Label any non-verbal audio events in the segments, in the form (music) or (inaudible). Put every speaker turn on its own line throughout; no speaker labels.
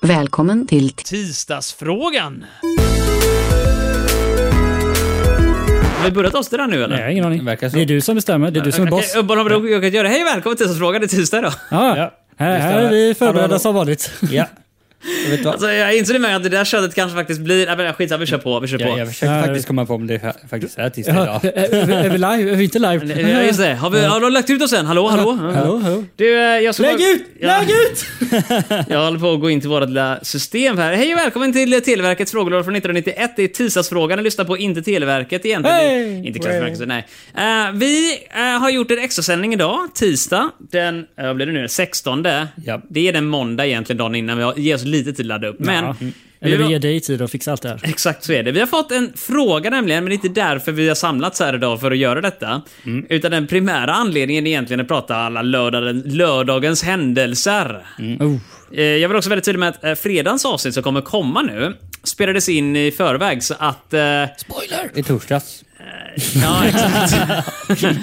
Välkommen till
Tisdagsfrågan. Har vi börjat avstöra nu eller?
Nej, jag har ingen aning.
Det
Det,
verkar så.
är du som bestämmer. Det är du som är
Jag
boss.
kan, jag, bara, jag kan göra hej välkommen till Tisdagsfrågan, det är tisdag idag.
Ja,
Ja,
här, här
det
är
stämmer.
vi
Hallå,
förberedda
hallå.
som vanligt.
Ja. Jag (laughs) vet
(laughs)
vad?
Alltså, jag inser med att det där köttet kanske faktiskt blir... Nej, men skitsamma, vi kör på. Vi kör på.
Jag, jag försökte
Nej.
faktiskt komma på om det fa- faktiskt är tisdag
Ja,
idag.
är, är vi- är vi live? Är vi inte live?
Ja, just det. Har, vi, har de lagt ut oss än? Hallå, hallå?
Hallå, hallå.
Du, eh, jag ska
Lägg
bara-
ut!
Ja.
Lägg ut!
Jag håller på att gå in till vårt lilla system här. Hej och välkommen till Televerkets frågelåda från 1991. Det är tisdagsfrågan och lyssnar på Inte Televerket egentligen.
Hey!
Inte Claes Marcus, nej. Eh, vi eh, har gjort en extrasändning idag, tisdag den eh, vad blir det nu, Den 16.
Ja.
Det är den måndag egentligen, dagen innan. Vi har, ger oss lite tid att ladda upp. Men
Ja. Mm.
vi
Eller vi
har-
ger dig tid att fixa allt det här.
Exakt så är det. Vi har fått en fråga nämligen, men det är inte därför vi har samlats här idag för att göra detta.
Mm.
Utan den primära anledningen är egentligen att prata alla lördagen, lördagens händelser.
Mm.
Oh.
Eh, Jag vill också väldigt tydlig med att eh, fredagens avsnitt som kommer komma nu spelades in i förväg så att... eh,
(laughs)
Spoiler! I torsdags.
Ja, exakt. (laughs)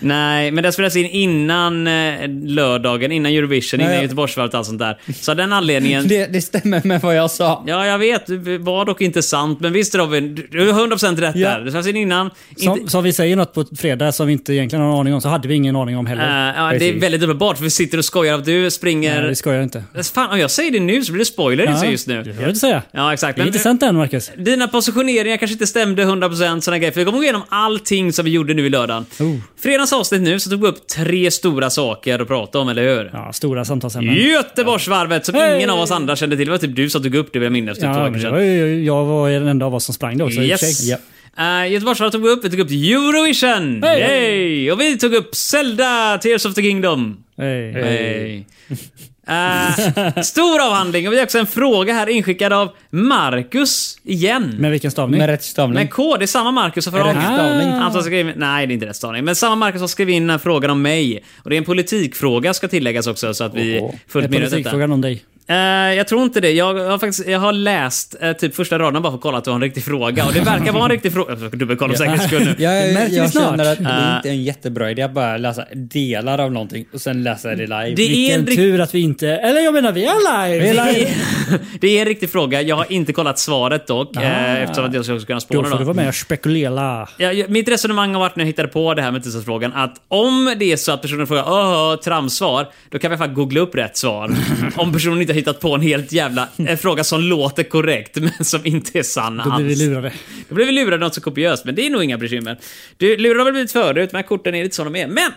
Nej, men den spelades in innan eh, lördagen, innan Eurovision,
Ja,
innan
ja.
Göteborgsvarvet och allt sånt där. Så av den anledningen...
Det, det stämmer med vad jag sa.
Ja, jag vet. Det var dock inte sant. Men visst Robin, du- du har 100% rätt
Ja.
där. Det spelades in innan. Inte,
Som, som vi säger något på fredag som vi inte egentligen har en aning om så hade vi ingen aning om heller.
Eh, ja, det är
precis.
väldigt uppenbart för vi sitter och skojar att du
Nej,
springer...
vi skojar inte.
Fan, om jag säger det nu så blir det spoiler
Ja,
just
Det
nu.
får jag inte säga.
Ja, exakt.
Det är
Men-
inte sant än, Marcus.
Dina positioneringar kanske inte stämde 100% sådana grejer. För vi kommer gå igenom allting som vi gjorde nu i lördagen.
Oh.
Fredagens avsnitt nu så tog vi upp tre stora saker att prata om, eller hur?
Ja, stora samtalsämnen.
Göteborgsvarvet som
Hey!
ingen av oss andra kände till. Det var typ du som tog upp det vill jag minnas. Typ två
Ja,
veckor
men det
sedan.
var ju, jag var den enda av oss som sprang då också. i och för
Yes.
sig.
Eh, Göteborgsvarvet tog vi upp. Vi tog upp Eurovision.
Hey!
Yay! Och vi tog upp Zelda, Tears of the Kingdom.
Hej.
Hey. Eh, stor avhandling. Och vi har också en fråga här inskickad av Marcus igen.
Med vilken stavning?
Med rätt
Men
stavning.
K, det är samma Marcus som förra
Är det rätt stavning?
Han som skrev, nej, det är inte rätt stavning. Men samma Marcus som skrev in den här frågan om mig. Och det är en politikfråga ska tilläggas också så att vi
Oho.
är
Är
fullt medvetna om detta.
politikfrågan om dig?
Eh, jag tror inte det. Jag har, faktiskt, jag har läst eh, typ första raden bara för att kolla att du har en riktig fråga. Och det verkar vara en riktig fråga. Jag ska dubbelkolla för säkerhets skull nu.
Jag,
Det märker
jag,
vi snart.
känner att det
Ah.
är inte är en jättebra idé att bara läsa delar av någonting och sen läsa det live.
Det är en
Vilken
rikt-
tur att vi inte... Eller jag menar, vi är live!
Vi är live.
Det är- Det är (laughs) en riktig fråga. Jag har inte kollat svaret dock. Eh, eftersom att jag skulle kunna
Ah. Då
spåna
får du vara med och spekulera.
Ja, ja, mitt resonemang har varit när jag hittade på det här med tisdagsfrågan att om det är så att personen frågar åh, tramsvar, då kan vi faktiskt googla upp rätt svar.
(laughs)
om personen inte har hittat på en helt jävla en fråga som låter korrekt men som inte är sann
Då blir vi
alls.
lurade.
Då blir vi lurade något så kopiöst, men det är nog inga bekymmer. Du, lurade har väl blivit förut, men korten är lite som de är. Men!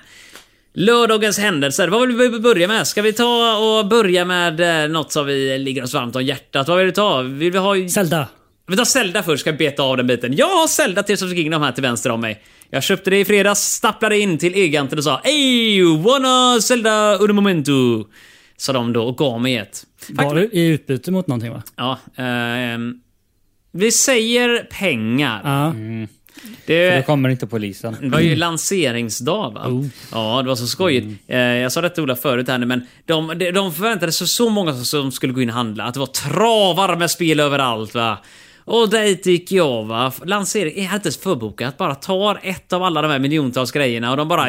Lördagens händelser, vad vill vi börja med? Ska vi ta och börja med eh, något som vi ligger oss varmt om hjärtat? Vad vill du ta? Vill vi ha
Zelda.
vi tar Zelda först, ska jag beta av den biten. Jag har Zelda till Tears of the Kingdom här till vänster om mig. Jag köpte det i fredags, staplade in till Elgiganten och sa Ey, wanna Zelda under momento. Sa de då och gav mig ett.
Var du i utbyte mot någonting va?
Ja, ehm, vi säger pengar.
Ja.
Det,
För då kommer inte polisen.
det var ju lanseringsdag va? Ja, det var så skojigt. Eh, Jag sa det till Ola förut här nu, men de, de- de förväntade sig så många som- som skulle gå in och handla. Att det var travar med spel överallt va. Och dit gick jag va. Lansering, jag hade inte ens förbokat. Bara tar ett av alla de här miljontals grejerna och de bara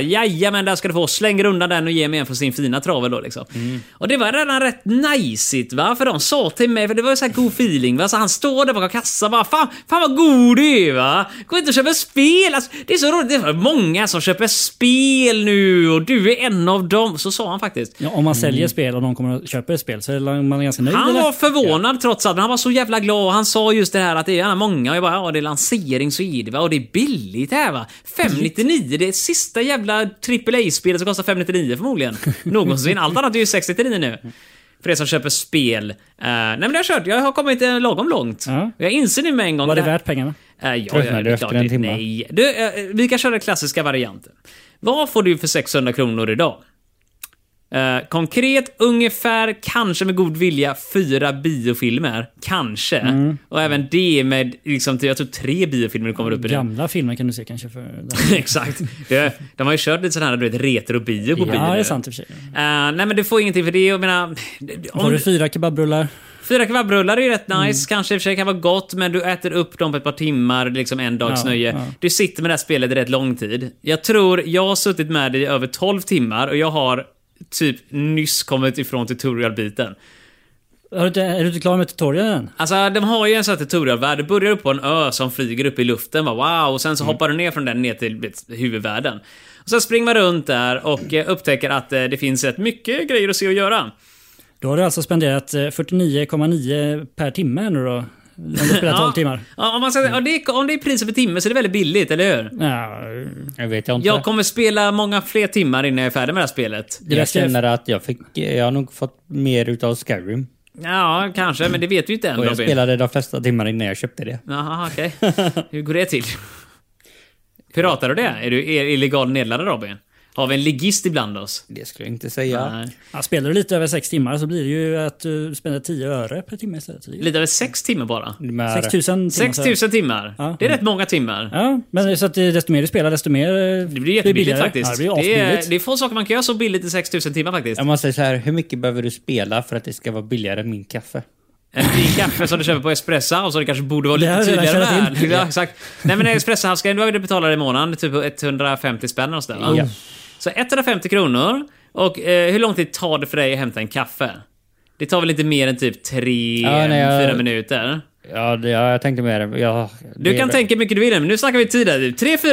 men där ska du få. Slänger undan den och ger mig en för sin fina travel då liksom. Och det var redan rätt najsigt va. För de sa till mig, för det var ju så här god feeling va. Så han står där bakom kassan bara fan, fan vad god du är va. Gå inte och köpa spel. Alltså, det är så roligt. Det är många som köper spel nu och du är en av dem. Så sa han faktiskt.
Ja, om man säljer spel och någon kommer och köper ett spel så är man ganska nöjd
Mm. Han
eller?
var förvånad trots allt, men han var så jävla glad och han sa just det här att det är gärna många och jag bara ja det är lansering så är det va och det är billigt här va. 599, det är sista jävla AAA-spelet som kostar 599
(laughs)
förmodligen. Någonsin. Allt annat är ju 699 nu. För er som köper spel. Eh, nej men det har jag kört, jag har kommit eh, lagom långt.
Ja.
Jag inser nu med en gång.
Var det
här-
värt pengarna?
Eh, ja,
Tröttnar
ja,
du
det är
efter
klart
en
det-
timme?
Nej. Du, eh, vi kan köra den klassiska varianten. Vad får du för 600 kronor idag? Eh, konkret, ungefär, kanske med god vilja, fyra biofilmer. Kanske.
Mm.
Och även det med, liksom, jag tror tre biofilmer kommer upp i det.
Gamla filmer kan du se kanske för...
(laughs) Exakt. Det, de har ju kört lite sån här du vet, retro-bio på bio
Ja, det
nu.
är sant i och för sig.
Eh, nej men du får ingenting för det. Jag menar,
Var
om,
du fyra kebabrullar?
Fyra kebabrullar är ju rätt
Mm.
nice, kanske i och för sig kan vara gott, men du äter upp dem på ett par timmar, liksom en dags
Ja,
nöje.
ja.
Du sitter med det här spelet i rätt lång tid. Jag tror, jag har suttit med det i över 12 timmar och jag har typ nyss kommit ifrån tutorial-biten.
Har du inte, är du inte klar med tutorialen än?
Alltså de har ju en sån här tutorialvärld. Det börjar upp på en ö som flyger upp i luften. Bara, wow! Och sen
Mm.
så hoppar du ner från den ner till vet, huvudvärlden. Och sen springer man runt där och eh, upptäcker att eh, det finns rätt mycket grejer att se och göra.
Då har du alltså spenderat eh, 49,9 per timme nu då. Om du spelar 12 timmar.
(laughs)
Mm.
Ja, om, man säger, ja, det är, om det är priset per timme så är det väldigt billigt, eller hur?
Ja,
Jag vet jag inte.
Jag
Jag,
kommer spela många fler timmar innan jag är färdig med det här spelet.
det där ska-
känner att jag fick... Jag har nog fått mer utav Skyrim.
Ja, kanske, men det vet du ju inte än
Och jag
Robin.
spelade de flesta timmar innan jag köpte det.
Jaha,
(laughs)
okej. Hur går det till? Piratar du det? Är du er- illegal nedladdare Robin? Har vi en ligist ibland oss?
Det skulle jag inte säga.
Nej.
ja, spelar du lite över 6 timmar så blir det ju att du spenderar 10 öre per timme istället. Det är ju
Lite över sex timmar bara.
De här-
6000 timmar.
6000 timmar.
Ja.
Det är rätt många timmar.
Ja, men det är så att det- desto mer du spelar desto mer... eh,
Det blir jättebilligt
billigare.
faktiskt.
Ja, det blir
det, är,
asbilligt.
det är få saker man kan göra så billigt i 6000 timmar faktiskt.
Om man säger så här, hur mycket behöver du spela för att det ska vara billigare än min kaffe?
En fin kaffe som du köper på Espresso och så det kanske borde vara
Det har
lite
jag redan
tydligare
tjänat
med. Ja, exakt. Nej men Espresso ska du betalar i månaden typ 150 spänn och sådär, va?
Ja.
Så 150 kronor. Och eh, hur lång tid tar det för dig att hämta en kaffe? Det tar väl lite mer än typ 3-4
Ja, nej, jag-
minuter?
Ja, det, ja jag tänkte mer... Ja,
Du
det-
kan tänka hur mycket du vill, men nu snackar vi tid här.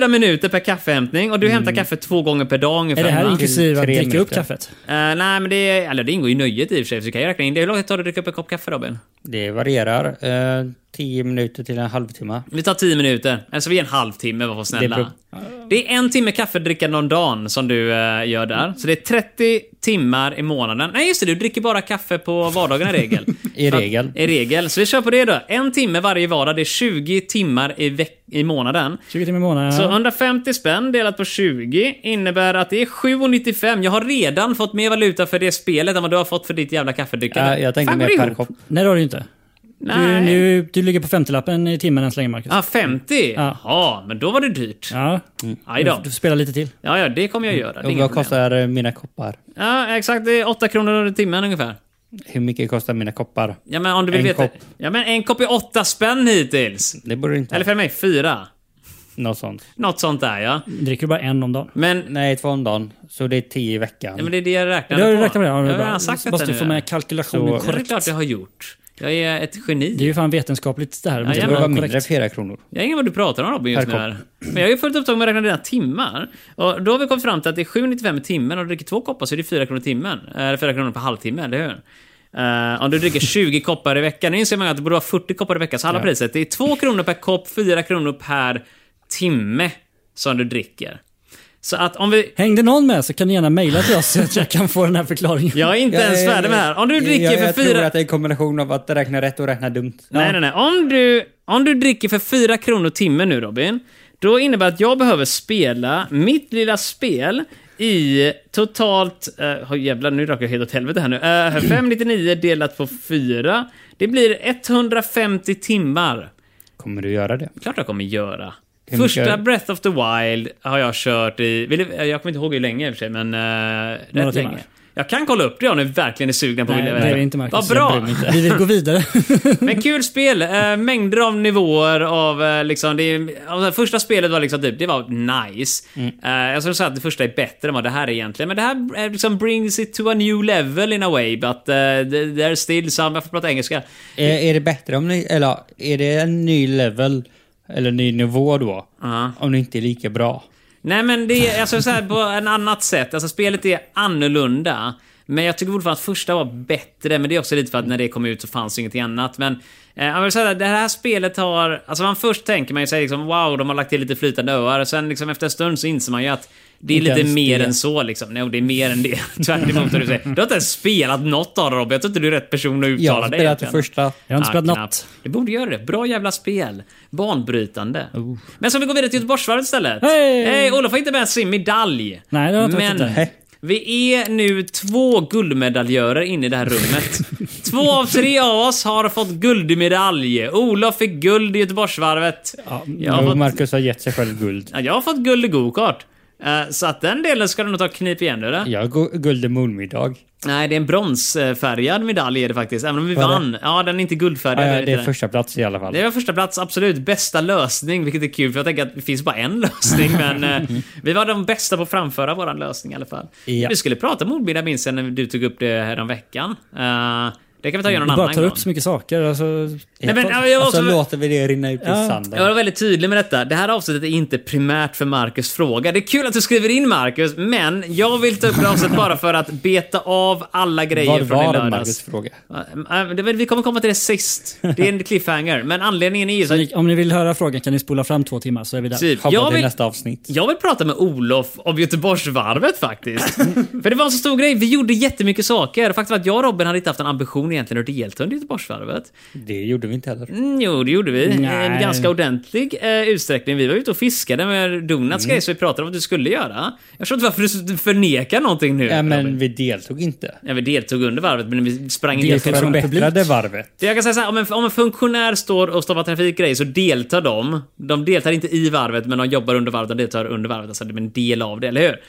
3-4 minuter per kaffehämtning och du hämtar kaffe två gånger per dag ungefär.
Mm. Är det här
va?
inklusive att
Tre
dricka upp
minuter.
kaffet?
Eh, nej, men det, är- eller, det ingår ju i nöjet i och för sig, så du kan ju räkna in det. Hur lång tid tar det att dricka upp en kopp kaffe Robin?
Det varierar. Eh, 10 minuter till en halvtimme.
Vi tar 10 minuter. Alltså vi ger en halvtimme, var
Det
snälla.
är
Det är en timme kaffedrickande om dagen som du eh, gör där. Så det är 30 timmar i månaden. Nej just det, du dricker bara kaffe på vardagarna i
(laughs)
regel.
I
Så att-
regel.
I regel. Så vi kör på det då. En timme varje vardag, det är 20 timmar i, veck- i månaden.
20 timmar i månaden.
Så
ja.
150 spänn delat på 20 innebär att det är 7,95. Jag har redan fått mer valuta för det spelet än vad du har fått för ditt jävla kaffedrickande.
Ja, jag tänkte
Fan, går
mer
det
per
ihop?
kopp.
Nej, det har du ju inte. Du,
Nej.
nu, du ligger på 50-lappen i timmen än så länge, Marcus.
Ah, 50?
Ja.
Jaha, men då var det dyrt.
Ja.
Aj då.
Du får spela lite till.
Ja, ja, det kommer jag göra. Det är
Och
inga
vad
problem.
kostar eh, mina koppar?
Ja, exakt. Det är 8 kronor i timmen ungefär.
Hur mycket kostar mina koppar?
Ja, men om du vill
En
veta.
kopp.
Ja, men en kopp är 8 spänn hittills.
Det borde inte
Eller
vara
för mig, fyra.
något sånt.
Något sånt där, ja.
Dricker du bara en om dagen?
Men,
Nej, två om dagen. Så det är tio i veckan.
ja, men det är det jag
Ja,
räknade
det har du
på.
räknat med. Ja, det
jag
är
har
bra.
redan sagt
Så måste
detta
du få
nu.
med kalkylationen
Ja,
Så-
Det är
korrekt.
klart jag har gjort. Jag är ett
Det är
geni.
ju fan vetenskapligt det här. Det måste
det borde vara
vara
mindre än
korrekt.
fyra kronor.
Jag har ingen vad du pratar om Robin just
Per
nu här. Men jag är ju fullt upptagen med att räkna dina timmar. Och då har vi kommit fram till att det är 7,95 i timmen. Om du dricker två koppar så är det 4 kronor i timmen. Eller 4 kronor per halvtimme, eller hur? Eh, om du
(laughs)
dricker 20 koppar i veckan. Nu inser man ju att det borde vara 40 koppar i veckan. Så alla priset. Det är 2 kronor per kopp, 4 kronor per timme som du dricker. Så att om vi...
Hängde någon med så kan ni gärna mejla till oss så att jag kan få den här förklaringen.
Jag är inte ens färdig med det här. Om du dricker
jag,
för
jag
4...
tror att det är en kombination av att räkna rätt och räkna dumt.
Nej, nej, nej. Om du, om du dricker för 4 kronor timmen nu Robin, då innebär det att jag behöver spela mitt lilla spel i totalt... Uh, jävlar, nu rök jag helt åt helvete här nu. Eh, 599 delat på 4. Det blir 150 timmar.
Kommer du göra det?
Klart jag kommer göra.
Hur mycket
Första
är det?
Breath of the Wild har jag kört i... vill du- Jag kommer inte ihåg hur länge i och för sig, men... Uh,
Några
rätt
timmar.
länge. Jag kan kolla upp det om ni verkligen är sugna på
Nej,
att vilja-
det är inte Marcus.
Vad
Jag
bra!
bryr mig inte. Vi vill gå vidare.
Men kul spel. Eh, mängder av nivåer av eh, liksom... Det, är- av det första spelet var liksom typ, det var nice. Eh, jag skulle säga att det första är bättre än vad det här är egentligen. Men det här eh, liksom brings it to a new level in a way. But uh, there's still some... Jag får prata engelska.
Eh, Är, är det bättre om ni... Eller ja, är det en ny level? Eller ny nivå då?
Ja.
Om det inte är lika bra?
Nej men det är alltså, så här, på en annat sätt. Alltså spelet är annorlunda. Men jag tycker fortfarande att första var bättre, men det är också lite för att när det kom ut så fanns ingenting annat. Men eh, jag vill säga att det här spelet har... Alltså man först tänker man ju sig liksom wow, de har lagt till lite flytande öar. Och sen liksom efter en stund så inser man ju att det är
Inte
lite
ens
mer
det.
än så liksom. Nej, och det är mer än det. (laughs) Tvärt emot vad du säger. Du har inte ens spelat något av det Robin. Jag tror inte du är rätt person att
Jag
uttala
har
dig
spelat det
egentligen.
första.
Jag har inte
Ah,
spelat
knappt.
något.
Du borde göra det. Bra jävla spel. Banbrytande. Men så vi går vidare till Göteborgsvarvet istället.
Hej!
Hej! Olof har inte med sin medalj.
Nej, det har jag faktiskt
Men
inte.
vi är nu två guldmedaljörer inne i det här
(laughs)
rummet. två av tre av oss har fått guldmedalj. Olof fick guld i Göteborgsvarvet.
Ja,
jag, har fått,
Marcus har gett sig själv guld.
ja, jag har fått guld i gokart. Eh, Så att den delen ska du nog ta och knipa igen du. eller?
Jag har gu- guld i morgonmiddag.
Nej, det är en bronsfärgad medalj är det faktiskt. Även om vi
Vad är det?
vann. Ja, den är inte guldfärgad.
Ja,
jag vet
ja, Eh, det är
inte.
första plats i alla fall.
Det var första plats, absolut. Bästa lösning, vilket är kul för jag tänker att det finns bara en lösning. Men eh, vi var de bästa på att framföra vår lösning i alla fall.
Ja.
Vi skulle prata om ordbilder minns jag när du tog upp det här om veckan. Eh, Det kan vi ta och göra
Du
någon
bara
annan
tar
gång.
upp så mycket saker. Alltså,
Nej, men, ja, jag var
Och
också...
så Alltså, låter vi det rinna ut i
Ja.
Jag var
sanden.
väldigt tydlig med detta. Det här avsnittet är inte primärt för Marcus fråga. Det är kul att du skriver in Marcus, men jag vill ta upp det här avsnittet bara för att beta av alla grejer
Vad
från i
var Marcus
lördags.
fråga?
Äh, äh, det- Vi kommer komma till det sist. Det är en cliffhanger. Men anledningen är ju... Så
ni- om ni vill höra frågan kan ni spola fram två timmar så är vi där.
Typ.
Hoppa
Jag
till
vill,
nästa avsnitt.
jag vill prata med Olof om Göteborgsvarvet faktiskt. (laughs) För det var en så stor grej. Vi gjorde jättemycket saker. Faktum är att jag och Robin hade inte haft en ambition egentligen att delta under Göteborgsvarvet.
Det gjorde vi inte heller.
Mm, jo, det gjorde vi. I En
Nej.
ganska ordentlig eh, utsträckning. Vi var ute och fiskade med Donuts
Mm.
grejer, så vi pratade om vad du skulle göra. Jag förstår inte varför du förnekar någonting nu.
Ja, men
Robin.
vi deltog inte.
ja, vi deltog under varvet, men vi sprang
Vi
inte
från
förbättrade
publik.
varvet.
det jag kan säga så här, om en, om en funktionär står och stoppar trafikgrejer så deltar de. De deltar inte i varvet, men de jobbar under varvet. De deltar under varvet, alltså det är en del av det, eller hur?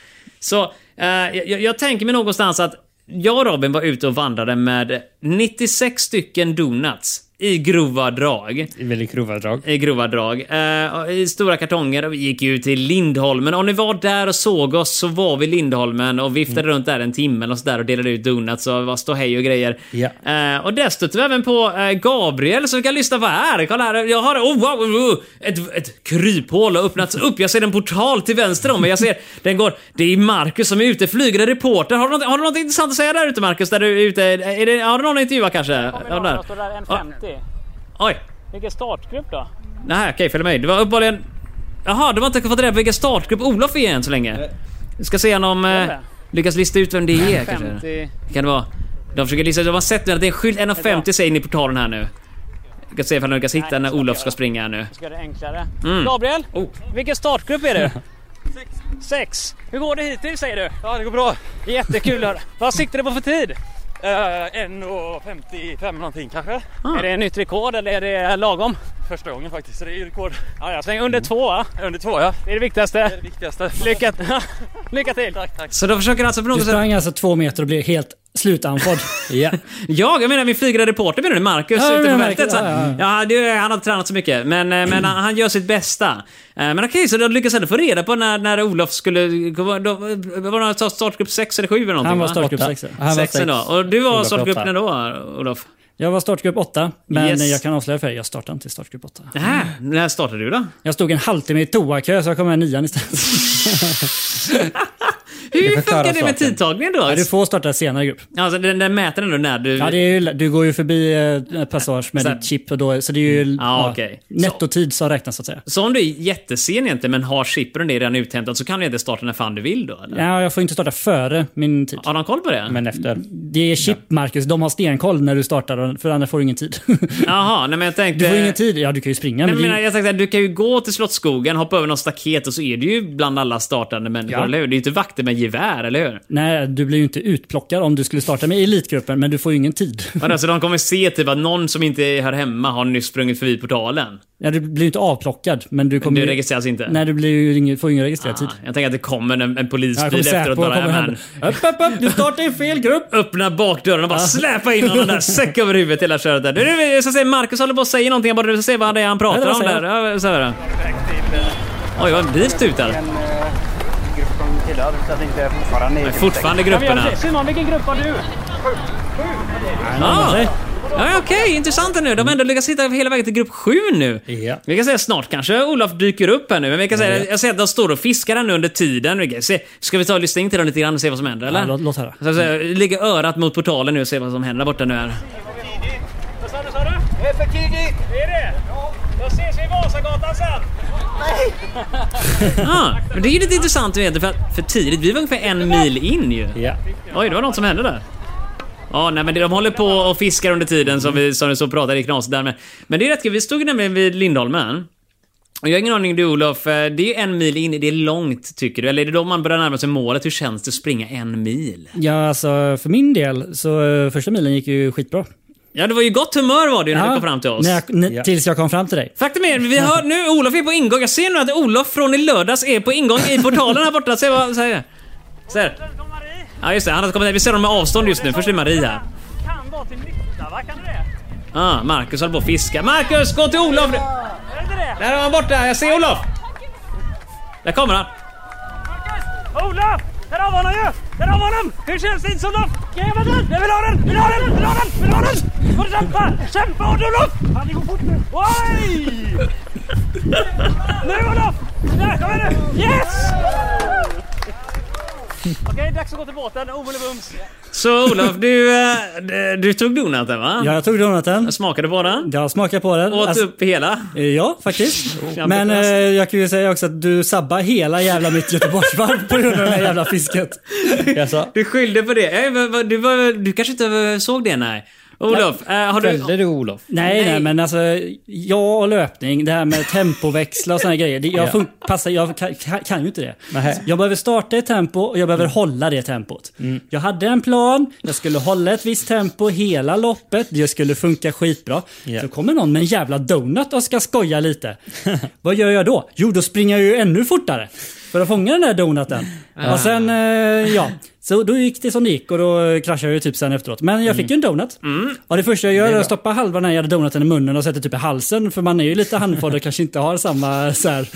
Så eh, jag, jag tänker mig någonstans att jag och Robin var ute och vandrade med 96 stycken donuts i grova drag.
I väldigt grova drag.
I grova drag. Eh, och I stora kartonger och vi gick ju till Lindholmen. Om ni var där och såg oss så var vi i Lindholmen och viftade runt där en timme eller så där och delade ut donuts och var ståhej och grejer.
Ja.
Eh, och där stötte vi även på eh, Gabriel som vi kan lyssna på här. Kolla här, jag har... Oh, wow, oh, oh, ett, ett kryphål har öppnats upp. Jag ser en portal till vänster om mig. Jag ser, den går... Det är Marcus som är ute, flyger en reporter. Har du, något, har du något intressant att säga där ute Marcus? Där du är ute? Är det, har du någon att intervjua kanske? Ja, där.
Jag står där 1.50.
Oj.
Vilken startgrupp då?
Nej, okej, följ med. Det var uppenbarligen... Jaha, de har inte fått reda på vilken startgrupp Olof är än så länge. Vi ska se om de eh,
Stämmer.
lyckas lista ut vem det är kanske.
50...
Kan det vara? De försöker lista ut, de har sett nu att det är en skylt, 1,50 säger ni i portalen här nu. Vi ska se ifall de lyckas hitta
Nej,
när
ska
Olof
jag
ska springa här nu.
Ska göra det enklare.
Mm.
Gabriel,
Oh.
vilken startgrupp är du? Sex. Sex. Hur går det hittills säger du?
Ja, det går bra. (laughs)
Jättekul att höra. Vad siktar du på för tid?
Eh, En och 1.55 någonting kanske.
Ah. Är det nytt rekord eller är det lagom?
Första gången faktiskt, så det är ju rekord. Mm.
Ja, jag slänger under två va?
Under två ja,
Det är det viktigaste.
det viktigaste.
Lycka, (laughs) Lycka till!
Eh,
Så de försöker alltså på
Du
något sätt...
sprang alltså två meter och blev helt
(laughs)
slutanfådd.
Ja.
Jag, jag menar min flygande reporter menar du? Marcus
Ja, Mm. jag
ute på
menar
fältet?
Marcus,
så här. Ja, det, han har inte tränat så mycket, men, eh, men han, han gör sitt bästa. Eh, Men okej, så de lyckas ändå få reda på när, när Olof skulle... Då, var det startgrupp 6 eller 7 eller någonting?
Han var
va?
startgrupp
Åtta.
sex. ja.
Han var
Sexen då.
sex.
Och du var
Olof
startgrupp
åtta.
när då, Olof?
Jag var startgrupp åtta, men
Yes.
jag kan avslöja för er, jag startade inte i startgrupp åtta.
Nähä, när startade du då?
Jag stod en halvtimme i toakö så jag kom med nian istället.
Hur funkar
förklarar
det med
saken.
tidtagningen då?
Ja, (laughs) du får starta senare i grupp.
Alltså, den, den mäter ändå när du...
Ja, det är ju, du går ju förbi eh, passage med
Så-
ditt chip och då, så det är ju
Ja, okej.
nettotid som räknas så att säga.
Så om du är jättesen egentligen, men har chippern det redan uthämtat, så kan du inte starta när fan du vill då? Eller?
Ja, jag får inte starta före min tid.
Har de koll på det?
Men efter.
Det är chip, Marcus. De har stenkoll när du startar, för annars får du ingen tid. (laughs)
Jaha, nej men jag tänkte...
Du får ingen tid. Ja, du kan ju springa.
Nej, men
men det
jag menar,
är ju-
jag tänkte att du kan ju gå till Slottsskogen, hoppa över någon staket och så är du ju bland alla startande människor,
Ja.
eller hur? Det är ju inte vakter med gevär, eller hur?
Nej, du blir ju inte utplockad om du skulle starta med elitgruppen, men du får ju ingen tid. (laughs)
Vadå, så de kommer se typ att någon som inte hör hemma har nyss sprungit förbi portalen?
Ja, du blir ju inte avplockad, men du kommer
Du
ju-
registreras inte?
Nej, du blir ju ingen, får ju ingen registrerad tid.
Ah, jag tänker att det kommer en, en
Här
polisbil
kommer Säpo
efteråt
och
bara.
kommer
"Jamen,
hem. Upp, upp, upp! Du startar i fel grupp!
öppna bakdörren och bara släpa in honom där. Säck över huvudet hela köret där. Du, du, jag ska se, Marcus håller på att säga någonting. Jag bara, du ska se vad det är han pratar
Ja, det var
om
säger
där. Ja, så här. Oj, vad en bil tutar.
grupp som tillhör så att det inte fortfarande
Men fortfarande grupperna.
Simon, vilken grupp var du?
Ja, ja okej. intressant nu. De har ändå lyckats hitta hela vägen till grupp 7 nu.
Ja.
Vi kan säga snart kanske Olof dyker upp här nu. Men vi kan säga, jag ser att de står och fiskar här nu under tiden. Vi kan se, ska vi ta och lyssna in till dem lite grann och se vad som händer eller?
Ja, låt, låt höra.
Så att säga, Lägga örat mot portalen nu och se vad som händer där borta nu. Här.
Vad sa du? Sa du? Det är för tidigt! Det är det? Då ses vi i Vasagatan sen!
Ah, men det är ju lite intressant egentligen för att för tidigt, vi var ungefär en mil in ju.
Ja.
Oj, det var något som hände där. Ja, nej men det- de håller på och fiskar under tiden som vi som vi så pratade i knas där med. Men det är rätt kul, vi stod ju nämligen vid Lindholmen. Och jag har ingen aning du Olof, eh, det är ju en mil in, det är långt tycker du? Eller är det då man börjar närma sig målet? Hur känns det att springa en mil?
Ja, alltså för min del så eh, första milen gick ju skitbra.
Ja, det var ju gott humör var det ju när du kom fram till oss.
När jag, när,
Ja.
Tills jag kom fram till dig.
Faktum är, vi hör nu, Olof är på ingång. Jag ser nu att Olof från i lördags är på ingång i portalen här borta. Se vad... Se. Se. Ja just det, han har kommit här. Vi ser dem med avstånd just nu. Först är Marie här.
Kan vara till nytta va? Kan du det?
Ah, Marcus håller på att fiska. Marcus, gå till Olof! nu!
Är det det?
Där är han borta, jag ser Olof! Där kommer han.
Olof! Där har vi honom ju! Där har vi den! Hur känns det inte som lopp? Kan jag vara den? Jag vill ha den! Vill ha den! Vill ha den! Vill ha den! Nu får du kämpa! Kämpa hårt Olof! Han det går fort nu. Oj! Nu Olof! Där kommer du! Yes! Okej, dags att gå till båten. Omelebums!
Så Olof, du, eh, d- du tog donaten va?
Ja, jag tog donaten.
Smakade på den?
Jag smakar på den.
Alltså- Åt
Alltså,
upp hela?
eh, ja, faktiskt.
Jävligt
Men eh,
klass.
jag kan ju säga också att du sabbar hela jävla mitt Göteborgsvarv på grund av det här jävla fisket.
Jaså?
Du skyllde på det? Eh, men vad- Du, var, du kanske inte såg det? Nej. Olof, eh, har du...
Fällde du Olof?
Nej, nej,
Nej.
men alltså jag och löpning, det här med tempoväxla och såna här grejer. Det, jag, fun- passar, jag kan, kan- kan ju inte det.
Nej.
Jag behöver starta ett tempo och jag behöver hålla det tempot. Jag hade en plan, jag skulle hålla ett visst tempo hela loppet, det skulle funka skitbra.
Ja.
Så kommer någon med en jävla donut och ska skoja lite. (laughs) Vad gör jag då? Jo, då springer jag ju ännu fortare. För att fånga den där donuten. Och sen, eh, ja. Så då gick det som det gick och då kraschade jag ju typ sen efteråt. Men jag fick ju en donut. Och Mm. det första jag gör är att stoppa halva den här jävla donuten i munnen och sätta typ i halsen. För man är ju lite handfådd och kanske inte har samma så (laughs) här,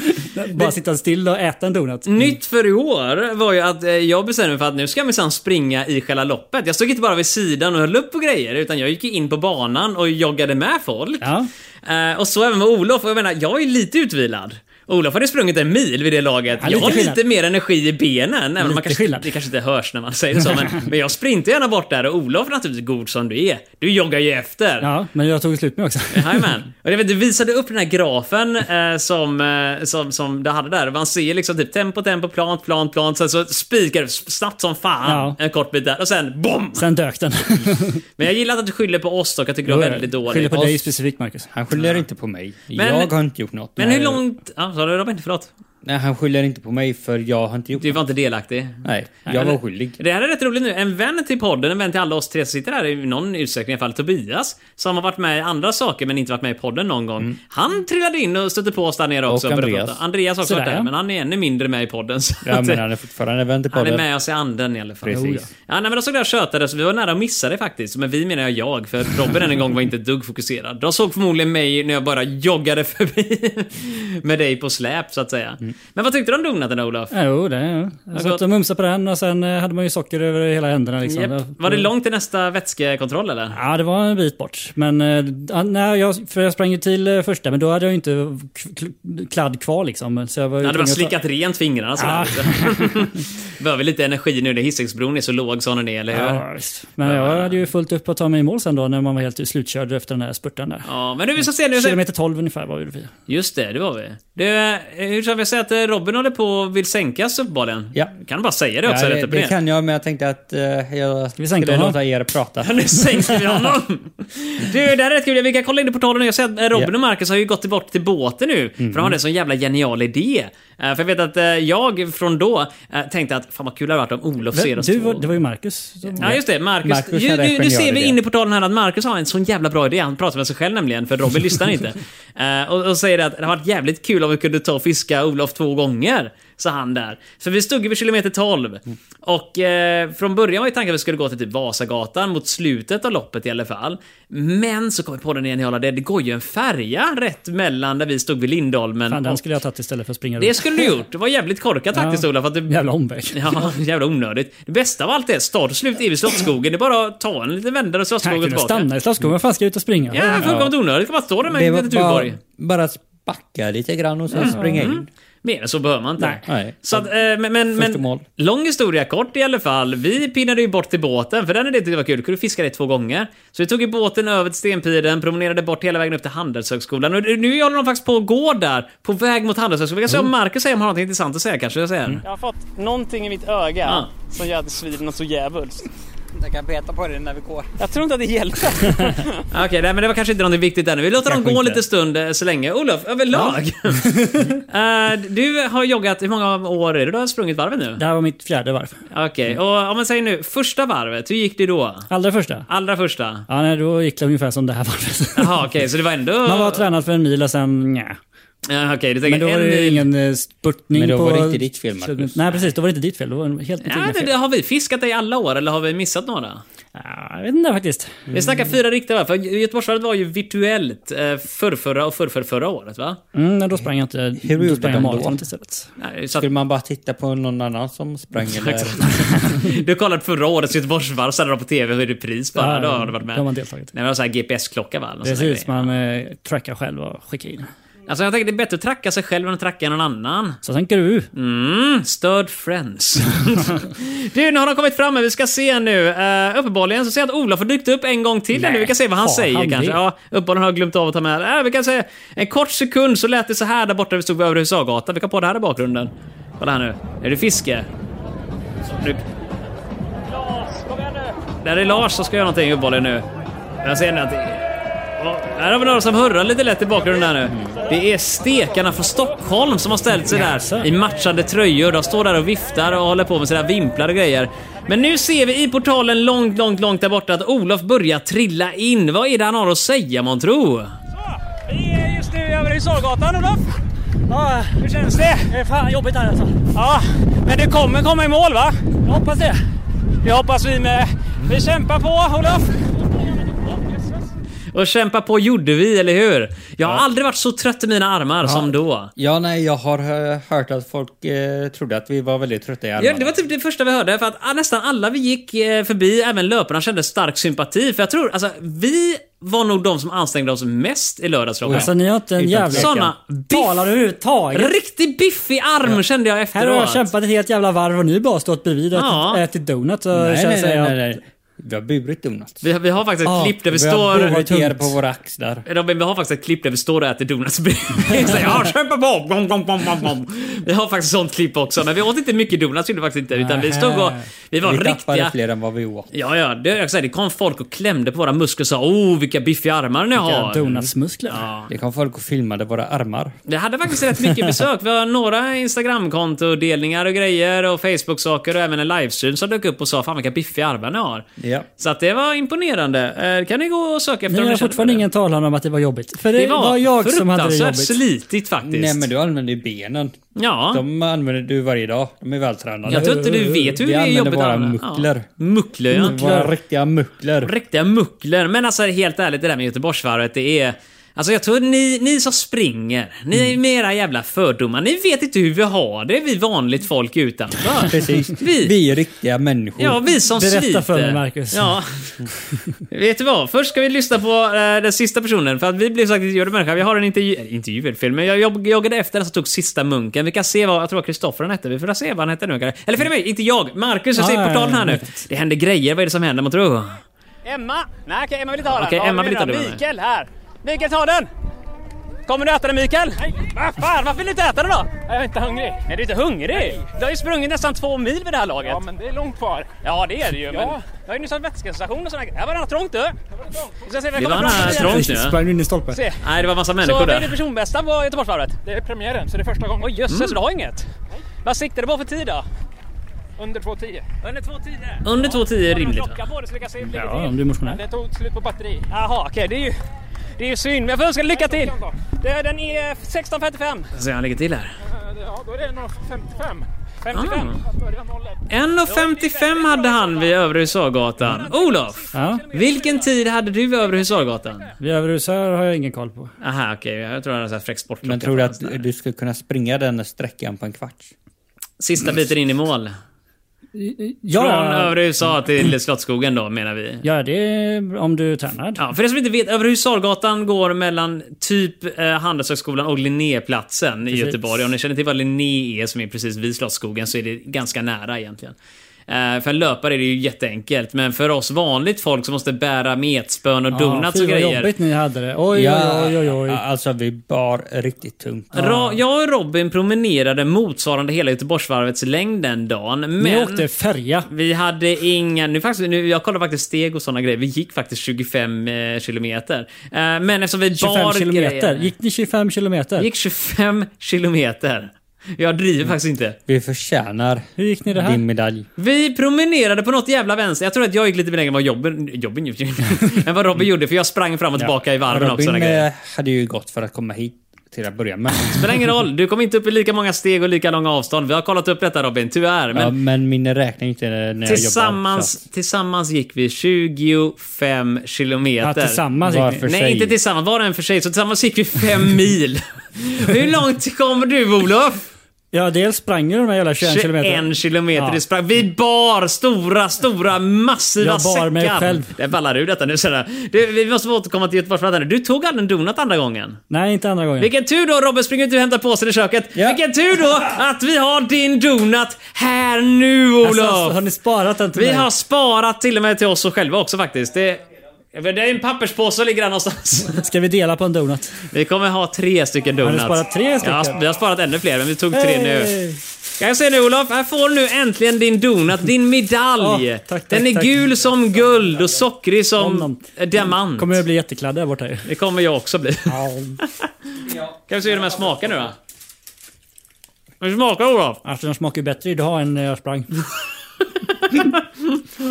bara sitta still och äta en donut.
Nytt för i år var ju att eh, jag bestämde mig för att nu ska jag minsann springa i själva loppet. Jag stod inte bara vid sidan och höll upp på grejer utan jag gick ju in på banan och joggade med folk.
Ja.
Eh, och så även med Olof. Och jag menar, jag är lite utvilad. Olof hade sprungit en mil vid det laget.
Ja,
jag
lite
har
skillnad.
lite mer energi i benen. Även om
Lite
man kanske,
skillnad.
det kanske inte hörs när man säger så.
(laughs)
Men, men jag sprintar gärna bort där och Olof naturligtvis god som du är. Du joggar ju efter.
Ja, men jag tog slut med också.
Jajamän. Och jag vet, du visade upp den här grafen eh, som, eh, som, som du hade där. Man ser liksom typ tempo, tempo, plant, plant, plant. Sen så spikar du s- snabbt som fan en kort bit där och sen BOM!
Sen dök (laughs) den.
Men jag gillar att du skyller på oss dock. Jag tycker det var väldigt dåligt.
Skyller på dig
Oss-
specifikt Marcus.
Han skyller inte på mig.
Men-
jag har inte gjort något.
Men hur
Nej.
långt... Ja, sa du Robin? Förlåt.
Nej, han skyller inte på mig för jag har inte gjort
Du
något.
var inte delaktig.
Nej, jag var skyldig.
Det här är rätt roligt nu. En vän till podden, en vän till alla oss tre som sitter här i någon utsträckning i alla fall, Tobias. Som har varit med i andra saker men inte varit med i podden någon gång. Han trillade in och stötte på oss där nere också.
Mm. Och
och började
Andreas.
prata. Andreas har också
Sådär,
varit där,
ja.
men han är ännu mindre med i podden. Så
Ja,
att-
men han är fortfarande vän till
han är
podden.
med oss i anden i alla fall.
Precis.
Jo, ja. Ja, nej, men de såg där och tjötade så vi var nära att missa det faktiskt. Men vi menar jag jag, för Robin än en gång var inte ett dugg fokuserad. De såg förmodligen mig när jag bara joggade förbi (laughs) med dig på släp så att säga.
Mm.
Men vad tyckte du om donaten då, Olof?
Ja, Jo, det är jag. Jag satt och mumsade på den och sen eh, hade man ju socker över hela händerna liksom.
Japp. Var det långt till nästa vätskekontroll eller?
Ja, det var en bit bort. Men eh, ja, nej, jag, för jag sprang ju till eh, första, men då hade jag ju inte k- kl- kladd kvar liksom. Så jag var ju
Jag hade bara
tvungen att ta-
slickat rent fingrarna sådär. Behöver lite energi nu när Hisingsbron är så låg som den är, eller hur? Ja.
Ja, visst. Men jag hade ju fullt upp att ta mig i mål sen då när man var helt slutkörd efter den här spurten där.
men nu vi ska se nu.
Kilometer 12 ungefär var vi.
Just det, det var vi. Du, eh, hur ska vi säga att eh, Robin håller på och vill sänkas uppenbarligen?
Ja.
Kan du bara säga det också
Ja,
rätt
det,
upp och
det
ner?
kan jag, men jag tänkte att eh, jag
vi sänka
skulle
honom?
låta er prata.
Nu sänker vi honom! Du, det här är rätt kul. Vi kan kolla in i portalen och jag ser att eh, Robin
Ja.
och Marcus har ju gått bort till båten nu. För de hade en sån jävla genial idé. Eh, För jag vet att eh, jag från då eh, tänkte att fan vad kul det hade varit om Olof ser oss
Du,
två.
var, det var ju Marcus. som-
Ja just det, Marcus.
Marcus
ju,
hade en
nu, nu ser
genial
vi
idé.
inne i portalen här att Marcus har en sån jävla bra idé. Han pratar med sig själv nämligen, för Robin lyssnar inte. Eh, och, och säger att det har varit jävligt kul om vi kunde ta och fiska Olof två gånger. Sa han där. Så vi stod ju vid kilometer 12. Och eh, från början var ju tanken att vi skulle gå till typ Vasagatan mot slutet av loppet i alla fall. Men så kom vi på den geniala idén, det går ju en färja rätt mellan där vi stod vid Lindholmen
Fan, den
och...
skulle jag ha tagit istället för att springa
Det
runt.
skulle du gjort. Det var jävligt korkat faktiskt Olof. Att du
Jävla omväg.
Ja, (laughs) jävla onödigt. Det bästa av allt är start och slut är vid Slottsskogen. Det är bara att ta en liten vända och
Här
Slottsskogen
kunde jag
tillbaka.
stanna i Slottsskogen. Vad fan ska jag ut och springa?
Ja, fullkomligt onödigt. Kan bara stå där med
Det
en
var
liten
bara,
Tuborg. Mm.
bara att backa lite grann och sen springa in.
Mer än så behöver man inte.
Nej. Nej.
Så att, eh, men, men,
Första
men
mål.
lång historia kort i alla fall. Vi pinnade ju bort till båten, för den idén tyckte jag var kul. Du kunde fiska det två gånger. Så vi tog ju båten över till Stenpiren, promenerade bort hela vägen upp till Handelshögskolan. Och nu håller de faktiskt på att gå där, på väg mot Handelshögskolan. Jag ska se om
Mm.
Marcus säger om han har något intressant att säga kanske. Jag säger.
Jag har fått någonting i mitt öga
Ja.
som gör att det svider något så djävulskt.
Jag kan peta på det när vi går.
Jag tror inte att det hjälpte.
Okej, nej, men det var kanske inte något viktigt ännu. Vi låter dem gå en
inte.
liten stund eh, så länge. Olof, överlag. (laughs) Eh, du har joggat, hur många år är det du har sprungit varvet nu?
Det här var mitt fjärde varv.
Okej, och om man säger nu, första varvet, hur gick det då?
Allra första.
Allra första?
Ja, nej, då gick det ungefär som det här varvet.
(laughs) Jaha, okej, så det var ändå...
Man var tränad för en mil och sen nja.
Ja, Okej, du
Men
tänker
då var
en
det ju
mil.
ingen eh, spurtning
Men då
på...
var det inte ditt fel, Marcus.
Nej, precis. Då var det inte ditt fel. Då var det helt mitt
Ja,
egna
det,
fel.
det, har vi fiskat det i alla år eller har vi missat några?
Ja, Jag vet inte faktiskt.
Vi snackar fyra riktiga va? För Göteborgsvarvet var ju virtuellt eh, förrförra och förrförra förra året va?
Mm, men då sprang jag inte... Hur
gjorde
sprang
de
jag
då?
maratonet istället.
Nej, så att,
Skulle man bara titta på någon annan
(laughs)
som sprang eller?
du kollade förra årets Göteborgsvarv, sände de på TV och höjde pris bara. då har du varit med.
Då har man deltagit.
Nej men det var såhär GPS-klocka va? Någon sån där
Precis,
grej.
man eh, trackar själv och skickar in.
Alltså jag tänker det är bättre att tracka sig själv än att tracka någon annan.
Så tänker du.
Mm, stöd friends. (laughs) du, nu har de kommit fram här. Vi ska se nu. Uh, uppenbarligen så ser jag att Olof har dykt upp en gång till här nu. Vi kan se vad han
har
säger
han
kanske.
det?
Ja, uppenbarligen har jag glömt av att ta med. Uh, vi kan se. En kort sekund så lät det så här där borta. Vi stod vid Övre Husargatan. Vi kan på det här i bakgrunden. Kolla här nu. Är det fiske? Så, nu. Där är Lars som ska göra någonting uppenbarligen nu. Jag ser nu att Ja, Här har vi några som hurrar lite lätt i bakgrunden här nu. Det är stekarna från Stockholm som har ställt sig där i matchande tröjor. De står där och viftar och håller på med sina vimplar och grejer. Men nu ser vi i portalen långt, långt, långt där borta att Olof börjar trilla in. Vad är det han har att säga månntro?
Så, vi är just nu över Husargatan Olof. Ja, hur känns det? Det är fan jobbigt här alltså. Ja, men du kommer komma i mål va? Jag hoppas det. Det hoppas vi med. Vi kämpar på Olof.
Och kämpa på gjorde vi, eller hur? Jag har aldrig varit så trött i mina armar som då.
Ja, nej, jag har eh, hört att folk eh, trodde att vi var väldigt trötta i armarna.
Ja, det var typ det första vi hörde, för att ah, nästan alla vi gick eh, förbi, även löparna, kände stark sympati. För jag tror, alltså vi var nog de som ansträngde oss mest i lördagsrockarna.
Alltså ni har inte en
Utan
jävla...
tvekan.
Såna biff-
Talar överhuvudtaget.
Riktigt biffig arm kände jag efteråt.
Här har jag kämpat ett helt jävla varv och ni bara stått bredvid och
Ja.
ätit donut. Och
Nej,
känns
nej, nej,
jag-
nej, nej. Vi har burit donuts.
Vi, har- vi har faktiskt ett
Ja,
klipp där vi,
Vi
står... Eh,
har burit er
tungt.
på våra axlar.
Robin, vi har faktiskt ett klipp där vi står och äter donuts (laughs) bredvid. Så Ja, kämpa på! Gom, gom, gom, gom, gom. Vi har faktiskt sånt klipp också, men vi åt inte mycket donuts gjorde vi faktiskt inte. Utan vi stod och... Vi var
Vi tappade
riktiga...
fler än vad vi åt.
Ja, ja. Det, jag säger, det kom folk och klämde på våra muskler och sa oh, vilka biffiga armar ni har.
Donutsmuskler.
Ja.
Det kom folk och filmade våra armar.
Det hade faktiskt rätt mycket besök. Vi har några Instagramkonto-delningar och grejer och Facebook-saker och även en livestream som dök upp och sa fan vilka biffiga armar ni har.
Ja.
Så att det var imponerande. Eh, kan ni gå och söka efter om
Ni har
känner
fortfarande
för det.
ingen talan om att det var jobbigt. För det,
Det
var,
var,
jag som hade det
fruktansvärt
jobbigt.
slitigt faktiskt.
Nej, men du använder ju benen.
Ja.
De använder du varje dag. De är vältränade.
Jag tror inte du vet hur
Vi
det är
använder
jobbigt
våra
att använda.
muckler.
Ja. Muckler, ja.
Våra riktiga muckler.
Riktiga muckler. Men alltså helt ärligt, det där med Göteborgsvarvet, det är... Alltså jag tror ni, ni som springer, ni är med era jävla fördomar. Ni vet inte hur vi har det, vi vanligt folk utanför.
Precis.
Vi-
Vi är riktiga människor.
Ja, vi som
Berätta
sliter.
för mig, Marcus. (laughs)
Ja. Vet du vad? Först ska vi lyssna på eh, den sista personen, för att vi blev sagt intervjuade människa. Vi har en intervju... eller Intervju är det fel, men jag jag joggade efter den som tog sista munken. Vi kan se vad... Jag tror att Kristoffer han hette. Vi får se vad han hette nu. kanske. Eller för mig, inte jag. Marcus, jag ser
Ah,
i portalen här nu.
riktigt.
Det händer grejer. Vad är det som händer, man tror?
Emma! Nej, okej, Emma vill inte ha den.
Okej,
Då har
Emma
vi
vill inte ha
redan
den.
Mikael här. Mikael, ta den! Kommer du äta den Mikael? Nej! Va fan, varför vill du inte äta den då? Jag är inte hungrig. Är du inte hungrig? Du har ju sprungit nästan två mil vid det här laget. Ja, men det är långt kvar. Ja, det är det ju. Men jag har ju nyss haft vätskestation och sådana grejer. Här var det trångt du! Vi ska se om jag
Det var
kommer fram
här
till
trångt nu.
Sprang du in i stolpen?
Se.
Nej, det var massa
Så
människor
blir det
där.
personbästa på Göteborgsvarvet? Det är premiären, så det är första gången. Oj
Mm.
jösses, du har inget? Vad siktar du på för tid då?
Under 2.10.
Under 2.10?
Under 2.10 är rimligt. va?
Klocka på det så vi kan se hur det ligger
Ja,
till.
om du är motionär.
Det tog slut på batteri.
Jaha, okej. Det är ju... Det är ju synd, men jag får önska lycka till! Det, den är 16.55.
Så jag ligger till här.
Eh,
Ja, då är det 1.55.
55.
Ah.
Börja 01.
1.55 hade han vid Övre Husargatan. Olof!
Ja.
Vilken tid hade du vid Övre Husargatan?
Vi överhusar har jag ingen koll på.
Aha, okej. Jag tror han hade en fräck sportklocka.
Men tror du att du skulle kunna springa den sträckan på en kvart?
Sista biten in i mål. Från
Ja,
övre USA till Slottsskogen då, menar vi.
eh, ja det är om du är tränad.
Ja, för er som inte vet, Övre Husargatan går mellan typ eh, Handelshögskolan och Linnéplatsen i Göteborg. Om ni känner till vad Linné är, som är precis vid Slottsskogen, så är det ganska nära egentligen. Eh, för en löpare är det ju jätteenkelt, men för oss vanligt folk som måste bära metspön och donuts
fy,
och
vad
grejer.
jobbigt ni hade det. Oj, oj, oj, oj.
Ja,
oj.
Alltså vi bar riktigt tungt.
Ra- jag och Robin promenerade motsvarande hela Göteborgsvarvets längd den dagen. Men...
Ni åkte färja.
Vi hade inga... Nu faktiskt, nu, jag kollade faktiskt steg och sådana grejer. Vi gick faktiskt 25 eh, kilometer. Eh, men eftersom vi
25
bar
kilometer.
grejer...
Gick ni 25 kilometer?
gick 25 kilometer. Jag driver faktiskt inte.
Vi förtjänar
Hur gick ni det
din
här?
medalj.
Vi promenerade på något jävla vänster. Jag tror att jag gick lite längre än vad Jobben... Jobben (laughs)
eh,
gjorde. än vad Robin gjorde, för jag sprang fram och tillbaka i varven också. och sådana
Robin
grejer.
eh, hade ju gått för att komma hit till att börja med.
Spelar ingen roll, du kommer inte upp i lika många steg och lika långa avstånd. Vi har kollat upp detta Robin, tyvärr. (laughs) Men
ja, men min räknar inte när jag
tillsammans,
jobbar.
tillsammans gick vi 25 kilometer.
Ja, tillsammans gick
Var
vi-
för
Nej,
sig.
inte tillsammans. Var och en för sig. Så tillsammans gick vi
(laughs)
fem mil. Hur långt kommer du Olof?
Ja, dels sprang ju de här jävla 21 kilometer.
kilometer.
Ja.
Det sprang. Vi bar stora, stora, massiva
Jag bar
säckar.
mig själv.
Det ballar ur detta nu känner jag. Du, Vi måste återkomma till Göteborgsvarvet. Du tog aldrig en donut andra gången.
Nej, inte andra gången.
Vilken tur då Robin, springer ut och hämtar påsen i köket.
Ja.
Vilken tur då att vi har din donut här nu Olof!
Alltså, har ni sparat den till
Vi
mig?
har sparat till och med till oss själva också faktiskt. Det, det är en papperspåse som ligger där någonstans.
Ska vi dela på en donut?
(laughs) Vi kommer ha tre stycken donuts.
Har du sparat tre stycken?
Ja, vi har sparat ännu fler, men vi tog tre nu.
Hey!
Kan jag säga nu Olof, här får du nu äntligen din donut, din medalj.
Ja, tack, tack,
Den är
tack.
gul som guld och sockrig som
Omnämnt.
eh, diamant.
Kommer jag bli jättekladdig här borta ju.
Det kommer jag också bli. Kan vi se hur de här smakar nu då? Hur smakar det, Olof?
Alltså den smakar ju bättre idag än när jag sprang.
Du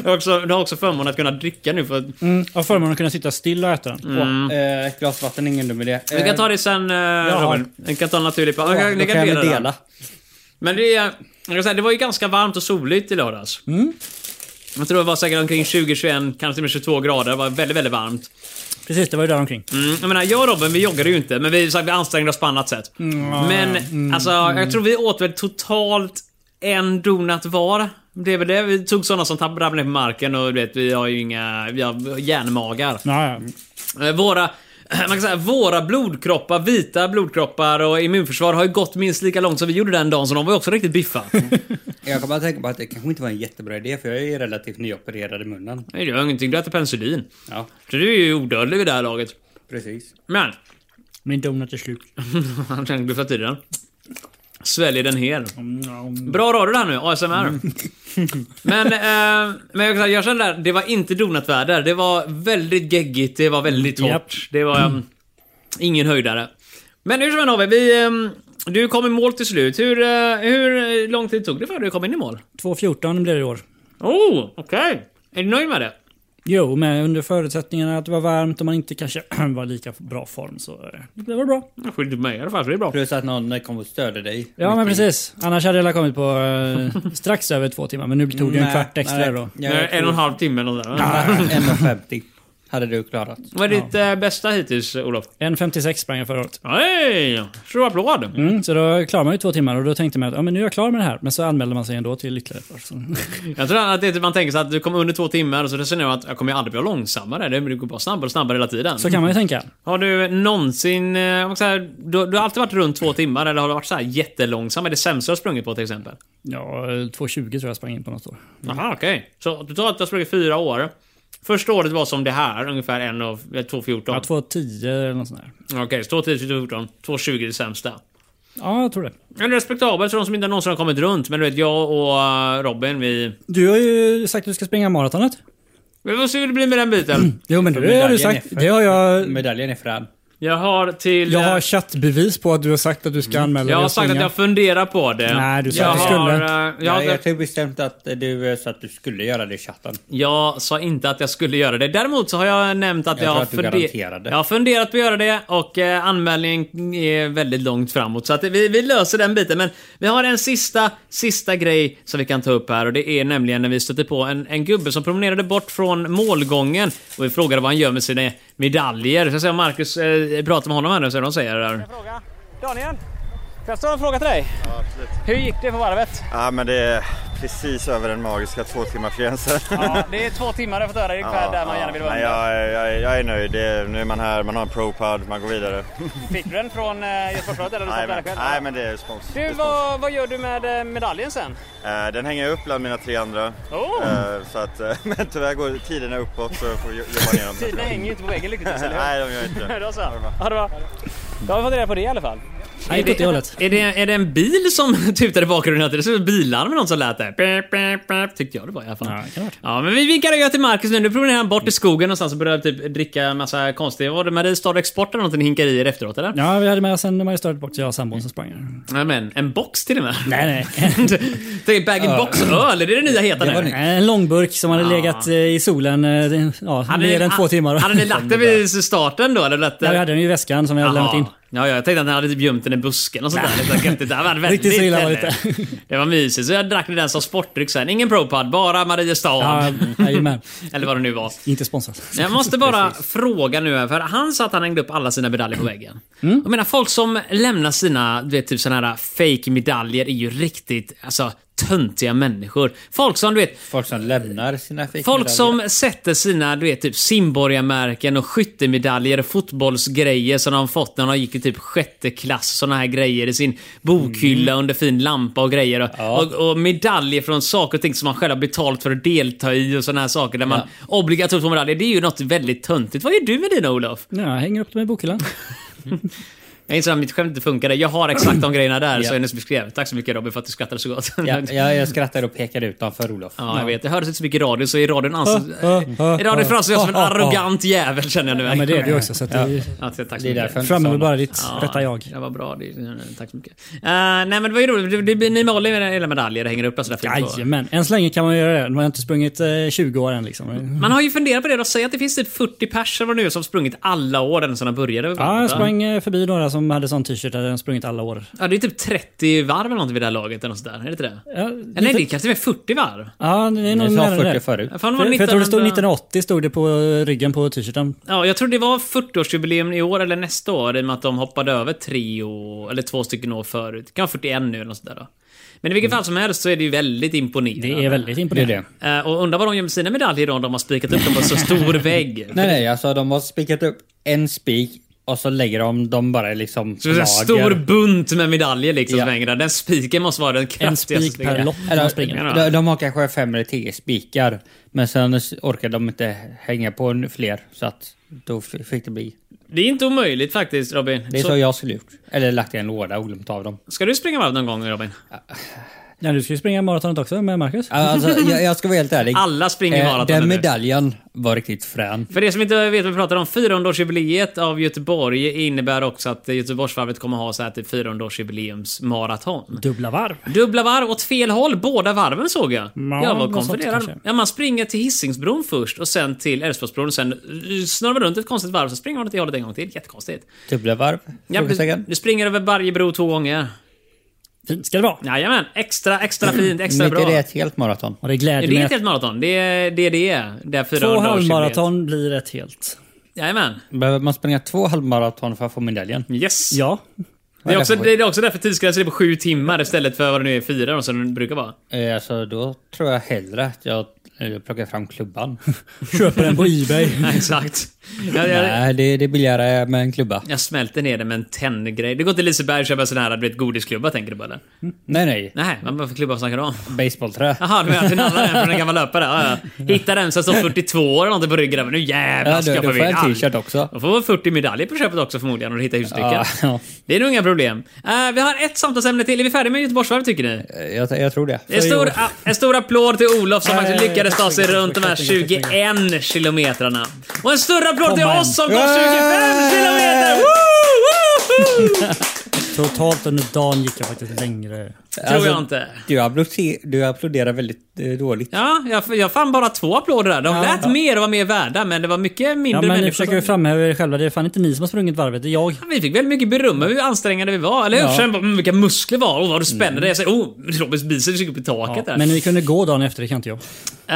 har också, du har också förmånen att kunna dricka nu för att...
Mm. Jag har förmånen att kunna sitta still och äta den.
Mm.
Åh, eh, Ett glas vatten, ingen dum idé.
Vi kan ta det sen eh,
har-
Robin. Vi kan ta en naturlig... Ja,
Då kan jag väl dela.
Men det, är- jag kan säga, det var ju ganska varmt och soligt i lördags.
Mm.
Jag tror det var säkert omkring 20-21, kanske till och med 22 grader. Det var väldigt, väldigt varmt.
Precis, det var ju där omkring.
Mm. Jag menar, jag och Robin, vi joggade ju inte, men vi, så här, vi ansträngde oss på annat sätt.
Mm,
men alltså, jag tror vi åt väl totalt en donut var. Det är väl det. Vi tog sådana som tapp- ramlade ner på marken och du vet, vi har ju inga... Vi har järnmagar.
Ja, ja.
Eh, Våra, (clears throat) man kan säga, våra blodkroppar, vita blodkroppar och immunförsvar har ju gått minst lika långt som vi gjorde den dagen, så de var ju också riktigt biffa.
Eh, Jag kan bara tänka på att det kanske inte var en jättebra idé för jag är ju relativt nyopererad i munnen.
Nej, det gör ingenting. Du äter penicillin.
Ja,
Så du är ju odödlig vid det här laget.
precis.
Men, (laughs)
Min donut är slut.
han kan gluffa till den. Sväljer den hel. Bra radio det här nu, ASMR. (laughs) Men, eh, men jag, kan säga, jag kände där, det var inte donutväder. Det var väldigt geggigt, det var väldigt torrt.
Japp.
Det var eh, ingen höjdare. Men hur som helst Ove, vi, eh, du kom i mål till slut. Hur, eh, hur lång tid tog det för dig att komma in i mål?
2.14 blev det i år.
Oh, okej. Är du nöjd med det?
Jo, men under förutsättningarna att det var varmt och man inte kanske (clears throat) var i lika bra form så eh, det var bra.
Skyll inte på mig i alla fall, så det är bra.
Plus att någon kom och störde dig. Mm.
Ja, men precis. Annars hade jag väl kommit på eh, strax över två timmar, men nu tog det ju en kvart extra då.
Nej,
Eh,
jag
en och en halv timme eller nåt där.
tror 1,50 hade du klarat.
Vad är ditt eh, bästa hittills, Olof?
1.56 sprang jag förra året.
Nej, stor applåd!
Mm, så då klarar man ju två timmar och då tänkte man att ja, men nu är jag klar med det här. Men så anmälde man sig ändå till ytterligare ett år. Så- (laughs)
Jag tror att det är typ man tänker sig att du kommer under två timmar och så resonerar man att jag kommer ju aldrig bli långsammare. Det det går bara snabbare och snabbare hela tiden.
Så kan man ju tänka.
Har du någonsin... eh, vad ska jag säga, Du, du har alltid varit runt två timmar eller har du varit så här jättelångsam? Är det sämsta du har sprungit på till exempel?
Ja, 2.20 tror jag sprang in på något år.
Jaha, okej. Så du tar att du har sprungit fyra år. Första året var som det här, ungefär en och, eller
Ja,
2.14.
2.10 eller något sånt där.
Okej, så 2.10, 2.14, 2.20 det sämsta.
Ja, jag tror det.
Men det är respektabelt för de som inte någonsin har kommit runt. Men du vet, jag och eh, Robin, vi...
Du har ju sagt att du ska springa maratonet.
Vi får se hur det blir med den
(clears throat)
biten.
Jo, men det har
medaljen
du
är
sagt.
för-
Det har jag...
Medaljen är fram.
Jag har till...
Jag
eh,
har chattbevis på att du har sagt att du ska anmäla
Mm. Jag
dig
har
och
sagt att
springa.
jag funderar på det.
Nej, du sa
jag
att du
Har,
skulle.
eh, jag,
Ja,
har-
jag har typ bestämt att du eh, så att du skulle göra det i chatten.
jag sa inte att jag skulle göra det. Däremot så har jag nämnt att
Jag
jag,
tror
har,
att du
funde-
garanterade.
jag har funderat på att göra det och eh, anmälningen är väldigt långt framåt. Så att vi, vi löser den biten. Men vi har en sista, sista grej som vi kan ta upp här och det är nämligen när vi stötte på en, en gubbe som promenerade bort från målgången och vi frågade vad han gör med sina medaljer. Så jag säga Marcus eh, pratar med honom här nu så de säger det där.
Fråga. Daniel, får jag ställa en fråga till dig? Ja, absolut. Hur gick det på varvet?
Ja, men det är precis över den magiska två timmars gränsen.
(laughs) Ja, det är två timmar jag fått höra. Det är ungefär där man gärna vill vara.
Nej, jag, är- jag, är- jag är nöjd. Det är, nu är man här, man har en pro-pad, man går vidare.
Fick du den från eh, Göteborgsvarvet eller du
Nej,
såg den
men,
själv?
nej, men det är respons. Det är
Du,
respons.
vad, vad gör du med eh, medaljen sen?
Eh, Den hänger jag upp bland mina tre andra.
Oh.
Eh, Så att, eh, (laughs) men tyvärr går tiderna uppåt så jag får jo- jobba ner dem.
Tiderna hänger ju inte på väggen lyckligtvis, eller hur?
Nej, de gör
(laughs)
inte.
Då så. Ha det bra. Då har vi fått reda på det i alla fall.
Nej, inte åt det hållet.
Är det, är det en bil som (laughs) tutar i bakgrunden? Att Det är bilar med någon som lät där. Pep, pep, pep, Tyckte jag det var i alla fall.
Ja, det kan vara.
Ja, men vi vinkar adjö till Marcus nu. Nu promenerar han bort i skogen någonstans och börjar typ dricka en massa konstiga... Var det Mariestad Export eller någonting hinkar i er efteråt eller?
Ja, vi hade med oss en Mariestad bort, så jag och sambon som sprang. här.
Nej men, en box till och med.
Nej,
(laughs)
(laughs)
Tänk bag-in-box-öl, är det det nya heta
Det var
nu?
nytt.
nej. En långburk som hade legat eh, i solen eh, ja,
Ah. Hade
mer
ni-
än två timmar.
Hade ni lagt det vid starten då? Eller lät det...
Ja, vi hade den i väskan som vi hade lämnat in.
Jaha. Ja, ja, jag tänkte att den hade typ gömt den i busken och sånt där. Lite göttigt. Det var väldigt
Riktigt så illa var det
eller? Det var mysigt. Så jag drack den som sportdryck sen. Ingen ProPad, bara Mariestad.
Ja, jajamän.
(laughs) Eller vad det nu var.
Inte sponsrat.
Jag måste bara fråga nu, här, för han sa att han hängde upp alla sina medaljer på väggen.
Mm.
Jag menar, folk som lämnar sina, du vet, typ såna här fake medaljer är ju riktigt, alltså töntiga människor. Folk som, du vet,
Folk som lämnar sina
Folk som sätter sina, du vet, typ simborgarmärken och skyttemedaljer och fotbollsgrejer som de fått när de gick i typ sjätte klass. Såna här grejer i sin
Mm.
bokhylla under fin lampa och grejer. Och, och, och medaljer från saker och ting som man själv har betalt för att delta i och såna här saker där man obligatoriskt får medaljer. Det är ju något väldigt töntigt. Vad gör du med dina Olof?
Ja, jag hänger upp dem i bokhyllan.
Jag inser att mitt skämt inte funkade. Jag har exakt de grejerna där som jag nyss beskrev. Tack så mycket Robin för att du skrattade så gott.
Ja, jag, jag skrattar och pekar ut dem för Olof.
(laughs) Ja, jag vet. Det hördes inte så mycket i radio, så i radion anses... (laughs) I radion framstår jag som en arrogant jävel, känner jag nu.
Ja, men det är du också. Så att det,
Ja, tack så
Det är
mycket.
därför jag inte sa
framhäver
något.
bara ditt rätta jag.
Det var bra. Det, tack så mycket. Eh, nej men det var ju roligt. Det- det blir- Ni med Olli med era medaljer hänger upp alltså där fint på.
Jajamän. Än så länge kan man göra det. Man har inte sprungit eh, 20 år än liksom.
Man har ju funderat på det. då. Säg att det finns typ 40 personer vad det nu är som sprungit alla åren sedan de började.
Ja, jag sprang eh, förbi några som hade sån t-shirt där de sprungit alla år.
Ja, det är typ 30 varv eller något vid det här laget. Eller något sådär. Är det inte det?
Ja,
Eller nej, det är kanske till och med 40 varv.
Ja, det är
Ni
nog
sa
nära
40
det. För,
förut.
Ja, Fan, det var
för jag tror det stod
1900
1980 stod det på eh, ryggen på t-shirten.
Ja, jag tror det var 40-årsjubileum i år eller nästa år i och med att de hoppade över tre år, eller två stycken år förut. Det kan vara 41 nu eller något sådär då. Men i vilket fall som helst så är det ju väldigt imponerande.
Mm. Det är väldigt imponerande.
Det är det.
Eh, Och undrar vad de gör med sina medaljer då om de har spikat upp dem på så stor vägg.
Nej, nej, alltså de har spikat upp en spik och så lägger de dem bara liksom
Så det är en stor bunt med medaljer liksom
Ja.
som hänger där. Den spiken måste vara den
En
kraftigaste.
spik per
spiken.
lopp man springer.
de, de har kanske fem eller tio spikar. Men sen orkar de inte hänga på en- fler. Så att då f- fick det bli.
Det är inte omöjligt faktiskt Robin.
Det är så,
så
jag skulle gjort. Eller lagt i en låda och glömt av dem.
ska du springa varv någon gång Robin?
Ja, du ska ju springa maratonet också med Marcus.
Alltså, jag, jag ska vara helt ärlig.
(laughs)
Eh,
Alla springer
Eh,
maraton
Den
nu.
medaljen var riktigt frän.
För er som inte vet vad vi pratar om, 400-årsjubileet av Göteborg innebär också att Göteborgsvarvet kommer ha så här typ 400-årsjubileumsmaraton.
Dubbla varv.
Dubbla varv åt fel håll, båda varven såg jag.
Ja,
jag var
något sånt
konfunderad.
kanske.
Ja, man springer till Hisingsbron först och sen till Älvsborgsbron och sen eh, snurrar man runt ett konstigt varv så springer man åt det hållet en gång till. Jättekonstigt.
Dubbelvarv?
Ja, du,
Frågetecken.
du springer över varje bro två gånger.
Fint ska det vara.
Jajamän, extra, extra fint,
Men
extra
inte
bra.
det är
Det
ett helt maraton.
Och det
är
gläder mig
inte
att
ett maraton, det är det. Är det, det är
två
400-årsjubileet.
halvmaraton blir ett helt.
Jajamän.
Behöver man springa två halvmaraton för att få medaljen?
Yes.
Ja.
Det är, också,
Vad är det
det är också därför tidsgränsen är på sju timmar istället för vad det nu är, fyra då, som det brukar vara. (laughs)
Eh, Alltså då tror jag hellre att jag eh, plockar fram klubban.
(laughs) Köper den på Ebay.
Exakt. Jag, jag,
(laughs) Nej, det, det är billigare med en klubba.
jag smälter ner det med en tenngrej. Det går till Liseberg och köper en sån här du vet, godisklubba, tänker du på eller?
Nej, nej.
Nej, men vad för klubba snackar du om?
Baseballträ.
(laughs) Jaha, du menar att du nallar den från en gammal löpare? Ja, ja. Hitta den som står 42 år eller någonting på ryggen. Men nu jävlar
Ja,
ska
du,
jag
du
få
får
vinna.
en t-shirt också.
De får väl 40 medaljer på köpet också förmodligen om du hittar husstycken.
Ja, ja.
Det är nog inga problem. Eh, vi har ett samtalsämne till. Är vi färdiga med Göteborgsvarvet tycker ni?
Eh, Jag, jag tror det.
En stor, a- en stor applåd till Olof som
Nej,
faktiskt lyckades ta sig
tack så
runt de här
mycket, tack så
21 kilometrarna. Och en stor applåd till
Kom igen.
oss som
Eh.
går 25
Yeah!
kilometer! Woo! Woohoo!
Totalt under dagen gick jag faktiskt längre.
Tror
Alltså-
jag inte.
Du, applåder, du applåderar väldigt eh, dåligt.
Ja, jag, jag fann bara två applåder där. De lät mer och var mer värda, men det var mycket
Ja,
mindre
men ni
människor.
försöker ju
som-
framhäva er själva. Det är fan inte ni som har sprungit varvet, det är jag.
Vi fick väldigt mycket beröm över hur ansträngande vi var, eller hur?
Ja. Mm.
Sen bara, mm, vilka muskler vi har och vad du spänner dig. Jag säger, oh, Robins biceps gick upp i
Ja,
taket där.
men ni kunde gå dagen efter, det kan inte jag.
Eh, det
Eh,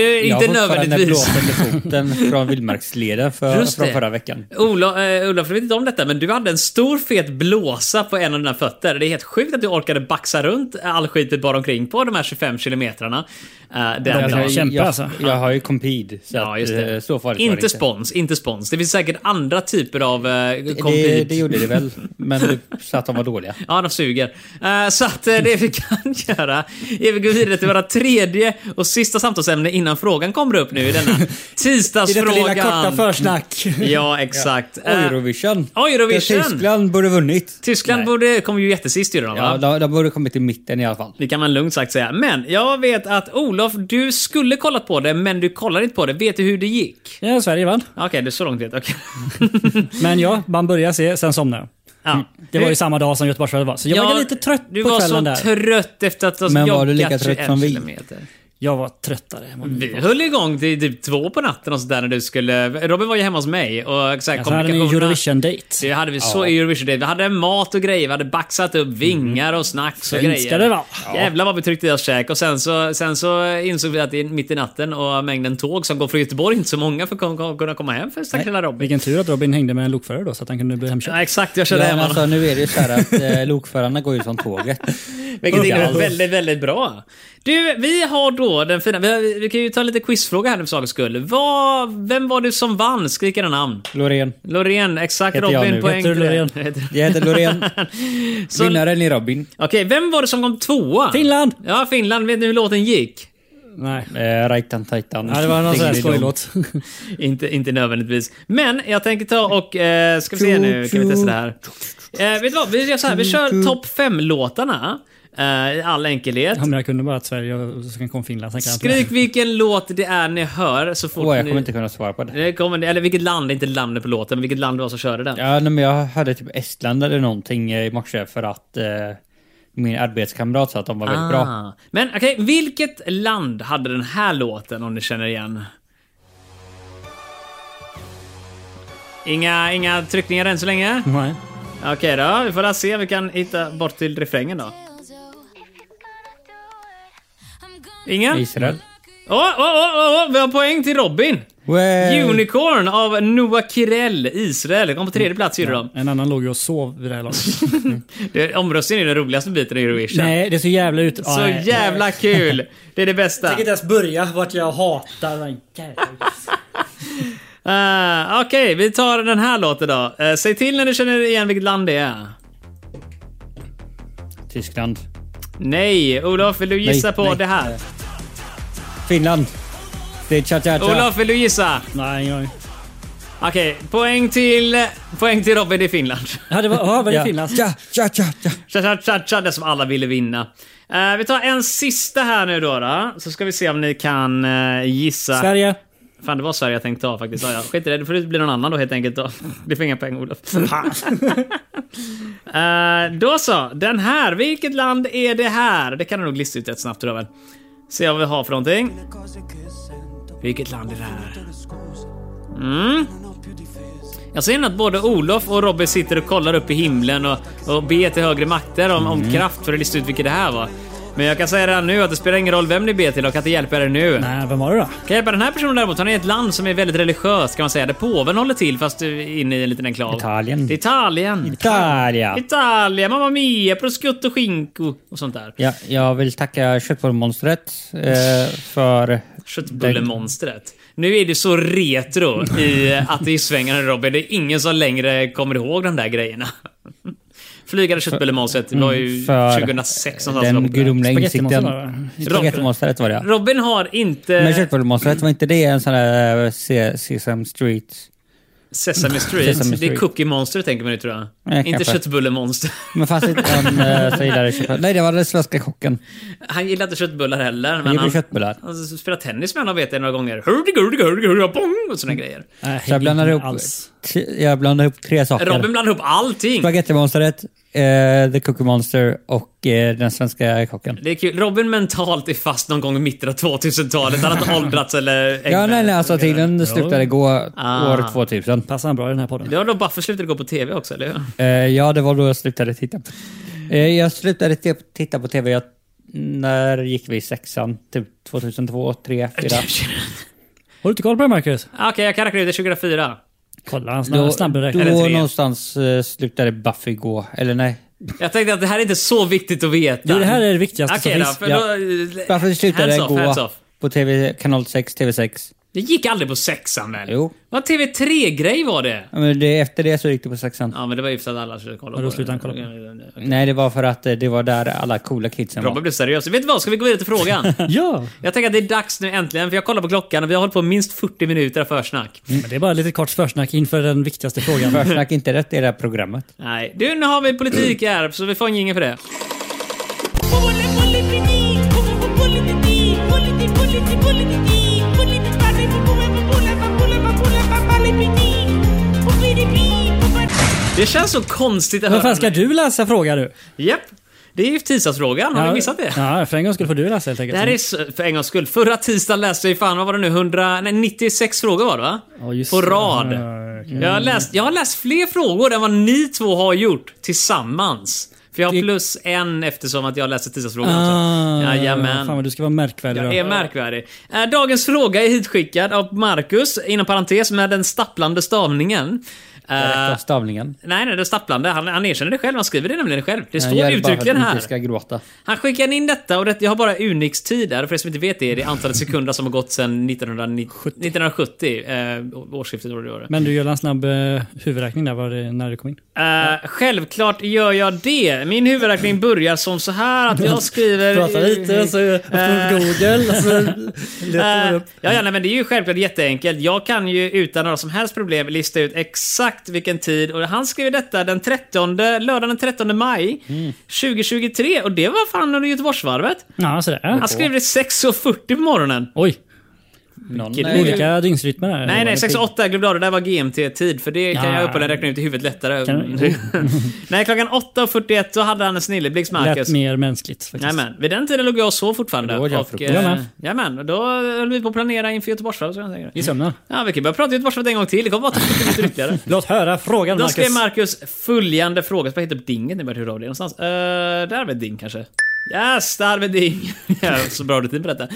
är
jag har
inte
fortfarande
nödvändigtvis. (laughs)
blåten i foten från vildmarksleden för,
Just
från
det.
förra veckan.
Olof, eh, Olof, du vet inte om detta, men du hade en stor fet blåsa på en av dina fötter. Det är helt sjukt att du orkade baxa runt all skit du bar omkring på de här 25 kilometrarna. Eh, där
Jag
idag.
kan kämpa,
jag,
alltså.
jag har ju compid. Så
Ja, just
att, eh,
det.
Så farligt var det
inte spons, inte spons. Det finns säkert andra typer av eh,
Det,
kompid.
det gjorde det väl, men det- så att de var dåliga.
Ja, de suger. Eh, så att eh, det vi kan (laughs) göra är vi går vidare till våra tredje och sista samtalsämne innan frågan kommer upp nu i denna
I detta
tisdagsfrågan.
lilla korta
(laughs)
försnack.
Ja, exakt. Eh,
Eurovision.
Eurovision.
Där Tyskland borde vunnit.
Tyskland borde, kom ju jättesist i den, va?
Ja, de, de borde kommit i mitten i alla fall.
Det kan man lugnt sagt säga. Men jag vet att Olof, du skulle kollat på det, men du kollade inte på det. Vet du hur det gick?
Ja, Sverige vann.
Okej, det är så långt vet jag. Okej. (laughs)
Men ja, man börjar se, sen somnar jag.
Ja.
Det var ju samma dag som Göteborgsvarvet var, så jag var lite trött
du
på
var så
kvällen där.
trött efter att ha
Men var
joggat
du lika trött
21
som vi?
kilometer.
Jag var tröttare än vad ni
Vi
var.
höll igång till typ två på natten och sådär när du skulle... Robin var ju hemma hos mig och så här,
Alltså, här hade ni ju
kommunikationerna-
Eurovision-dejt.
Det hade vi så i Eurovision Day. Vi hade mat och grejer. Vi hade baxat upp vingar och snacks och
Fint
grejer.
ska det vara.
Jävlar vad vi tryckte i oss käk. Och sen så, sen så insåg vi att det är mitt i natten och mängden tåg som går från Göteborg, inte så många för att kom- kunna komma hem för stackars lilla Robin.
Vilken tur att Robin hängde med en lokförare då så att han kunde bli hemkörd.
Ja, exakt, jag körde
Ja,
hem
men
honom.
alltså, nu är det ju så här att (laughs) eh, lokförarna går ju som tåget.
Vilket
Uff.
är
Uff.
väldigt, väldigt bra. Du, vi har då den fina... Vi, har, vi kan ju ta lite quizfråga här nu för sakens skull. Vad, vem var du som vann? Skriker en namn.
Loreen.
Loreen, exakt
Heter jag
Robin
nu.
poäng.
Heter du
till dig.
Loreen?
Heter-
Jag heter Loreen.
Så-
Vinnaren är Robin.
Okej, vem var det som kom tvåa?
Finland!
Ja, Finland. Vet ni hur låten
(laughs)
gick?
Nej.
Eh, Raitan Taitan.
Ja, det var någon sån här
Ding, dong.
skojlåt.
Inte, inte nödvändigtvis. Men jag tänker ta och... Eh, ska vi se nu, kan vi testa det här. Eh, vet du vad? Vi gör så här, vi kör topp fem låtarna eh, i all enkelhet.
Ja, men jag kunde bara att Sverige och sen kom Finland. Sen kan jag inte
Skrik vilken låt det är ni hör så fort
Åh, jag
ni...
kommer inte kunna svara på det.
Det kommer, eller vilket land, inte landet på låten, men vilket land det var som körde den.
Ja, nej, men jag hade typ Estland eller någonting eh, i morse för att eh, min arbetskamrat sa att de var väldigt bra.
Ah. Men okej, vilket land hade den här låten om ni känner igen? Inga, inga tryckningar än så länge?
Nej.
Okej då, vi får väl se om vi kan hitta bort till refrängen då. Inga?
Israel.
Åh, åh, åh, åh, åh, vi har poäng till Robin!
Way.
Unicorn av Noah Kirell, Israel. Kom på tredje plats gjorde de.
En annan låg ju och sov vid det här laget.
(laughs) Det- Omröstningen är den roligaste biten i Eurovision.
(laughs) Nej, det är så jävla ut... Ja,
Så
nej.
jävla kul! Det är det bästa.
Jag kan inte ens börja vart jag hatar den
Eh, Okej, vi tar den här låten då. Eh, säg till när du känner igen vilket land det är.
Tyskland.
Nej, Olof vill du gissa
Nej,
på
nej.
det här?
Finland. Det är cha cha cha.
Olof vill du gissa?
Nej, nej.
Okej, poäng till... Poäng till Robin i Finland. (laughs)
Ja, det var, ja, var det Finland?
Ja, cha cha cha.
Tja, tja, tja, tja, det som alla ville vinna. Eh, vi tar en sista här nu då, då. Så ska vi se om ni kan eh, gissa.
Sverige.
Fan, det var Sverige jag tänkte ta faktiskt. Ja, ja. Skit i det, det får bli någon annan då helt enkelt. Då. Det får inga poäng Olof. (laughs) Eh, då så, den här. Vilket land är det här? Det kan du nog lista ut rätt snabbt tror jag väl. Se vad vi har för någonting. Vilket land är det här? Mm. Jag ser att både Olof och Robin sitter och kollar upp i himlen och, och ber till högre makter om, om kraft för att lista ut vilket det här var. Men jag kan säga redan nu att det spelar ingen roll vem ni ber till, jag kan inte hjälpa er nu.
Nej, vem var det då?
Kan jag hjälpa den här personen däremot? Han är i ett land som är väldigt religiöst kan man säga. Där påven håller till fast du är inne i en liten enklav.
Italien.
Det är Italien.
Italia.
Italien, mamma mia, prosciutto skinko och sånt där.
Ja, jag vill tacka köttbullmonstret eh, för...
Köttbullemonstret. Nu är det så retro
(laughs)
i ateistsvängarna Robin. Det är ingen som längre kommer ihåg de där grejerna. (laughs) Flygande köttbullemonstret det var ju
för
2006 någonstans.
Den
Robin.
gudomliga
Spagettimonstret
insikten.
var det.
Spagettimonstret var det ja.
Robin har
Men
inte
köttbullmonstret, var inte det en sån där eh, Se- Sesame Street?
Sesame Street.
Sesame
Det är
Street.
Cookie-monster tänker man ju tror jag.
Nej,
inte
kanske.
köttbullemonster. (laughs)
Men fanns det inte en eh, som gillade köttbullar? Nej, det var den svenska kocken.
Han gillar inte köttbullar heller.
Han
Men
gjorde
han,
köttbullar.
han Alltså, spelar tennis med honom vet jag några gånger. Hurdiga, hurdiga, hurdiga, hurdiga, pong! Och såna grejer.
Nej,
Så jag blandade
inte
ihop,
alls.
t- jag blandade ihop tre saker.
Robin blandar ihop allting.
Spagettimonstret, eh, The Cookie Monster och eh, den svenska kocken.
Det är kul. Robin mentalt är fast någon gång i mitten av 2000-talet. Han har inte åldrats eller...
Ja, nej, nej, alltså tiden slutade gå
Ah.
år 2000.
Passar han bra i den här podden?
Det var då Buffer slutade gå på TV också, eller hur?
Eh, ja, det var då jag slutade titta på. Eh, jag slutade t- titta på tv. Jag, när gick vi i sexan? Typ 2002, 3, 4.
Har du inte koll på det Marcus?
Okej, jag kan räkna ut det. 2004.
Kolla, han
Då,
snabb, snabbräknare.
då
tre.
någonstans eh, slutade Buffy gå. Eller nej.
Jag tänkte att det här är inte så viktigt att veta.
Jo, det här är det viktigaste
Okej
som
då,
finns.
för då...
Buffy slutade
hands off,
gå
hands off.
på TV, kanal 6, TV6.
Det gick aldrig på sexan väl?
Jo.
Vad TV3-grej var det?
Ja, Men det, efter det så gick det på sexan.
Ja, men det var ju för att alla skulle kolla
Och då slutade han kolla på
det.
Nej, det var för att eh, det var där alla coola kidsen
Robin
var.
blev seriös. Vet du vad? Ska vi gå vidare till frågan?
(laughs) Ja,
Jag tänker att det är dags nu äntligen, för jag kollar på klockan och vi har hållit på minst 40 minuter av försnack.
men det är bara lite kort försnack inför den viktigaste frågan.
Försnack inte rätt i det här programmet.
(laughs) Nej, du nu har vi politik här, så vi får en jingel för det. Det känns så konstigt att
Vad
höra.
fan ska du läsa fråga du?
Japp. Det är ju tisdagsfrågan, har ni missat det?
Ja, för en gång skulle få du läsa helt
Det
enkelt.
här är så- för en gångs skull. Förra tisdagen läste jag ju fan, vad var det nu, 100, nej, 96 frågor var det va?
Ja, just
På
det.
rad.
Ja, okej.
jag, har läst, jag har läst fler frågor än vad ni två har gjort tillsammans. För jag har
Det-
plus en eftersom att jag läste tisdagsfrågan
Ah,
också. Jajamän.
Fan vad du ska vara märkvärdig
Jag
då.
är märkvärdig. Eh, Dagens fråga är hitskickad av Marcus, inom parentes, med den stapplande stavningen. Eh,
Rätta stavningen.
nej, nej, den stapplande. Han, han erkänner det själv. Han skriver det nämligen själv. Det står
Jag gör bara för att
uttryckligen
du
här.
inte ska gråta.
Han skickade in detta och det, jag har bara Unix-tid där. För er som inte vet det, är det
(laughs)
antalet sekunder som har gått sedan 1990, 1970. Eh, årsskiftet var det då.
Men du gör en snabb eh, huvudräkning där var det, när du kom in.
Eh, självklart gör jag det. Min huvudräkning börjar som så här att
(laughs)
jag skriver...
Prata lite, så öppnar
Eh.
du Google. och Så letar du
(laughs) Eh,
upp.
ja, ja, nej, men det är ju självklart jätteenkelt. Jag kan ju utan några som helst problem lista ut exakt vilken tid. Och han skrev detta den 13, lördagen den 13 maj
Mm.
2023. Och det var fan under Göteborgsvarvet.
Ja, sådär.
Han skrev det 6.40 på morgonen.
Oj,
Någon
Kille.
är-
olika dygnsrytmer där.
Nej, nej, 6.08 glömde jag. Det där var GMT-tid. För det kan
Ja.
jag uppehålla räkna ut i huvudet lättare.
Kan-
(laughs) nej, klockan 8.41 då hade han en snilleblixt, Marcus.
Lät mer mänskligt faktiskt.
Jajamän. Vid den tiden låg jag och sov fortfarande.
Då åt jag
och,
frukost.
Jag
eh,
med.
jajamän, och då höll vi på att planera inför Göteborgsvarvet. så kan jag säga.
I sömnen.
Ja, vi kan börja prata Göteborgsvarvet en gång till. Det kommer vara 30 minuter
(laughs)
ytterligare.
Låt höra frågan
Då
Marcus.
skrev Marcus följande fråga. Ska jag hitta upp dinget när jag började höra av dig någonstans? Uh, där är väl ding kanske? Yes, där är väl ding. (laughs) ja, så bra rutin på detta.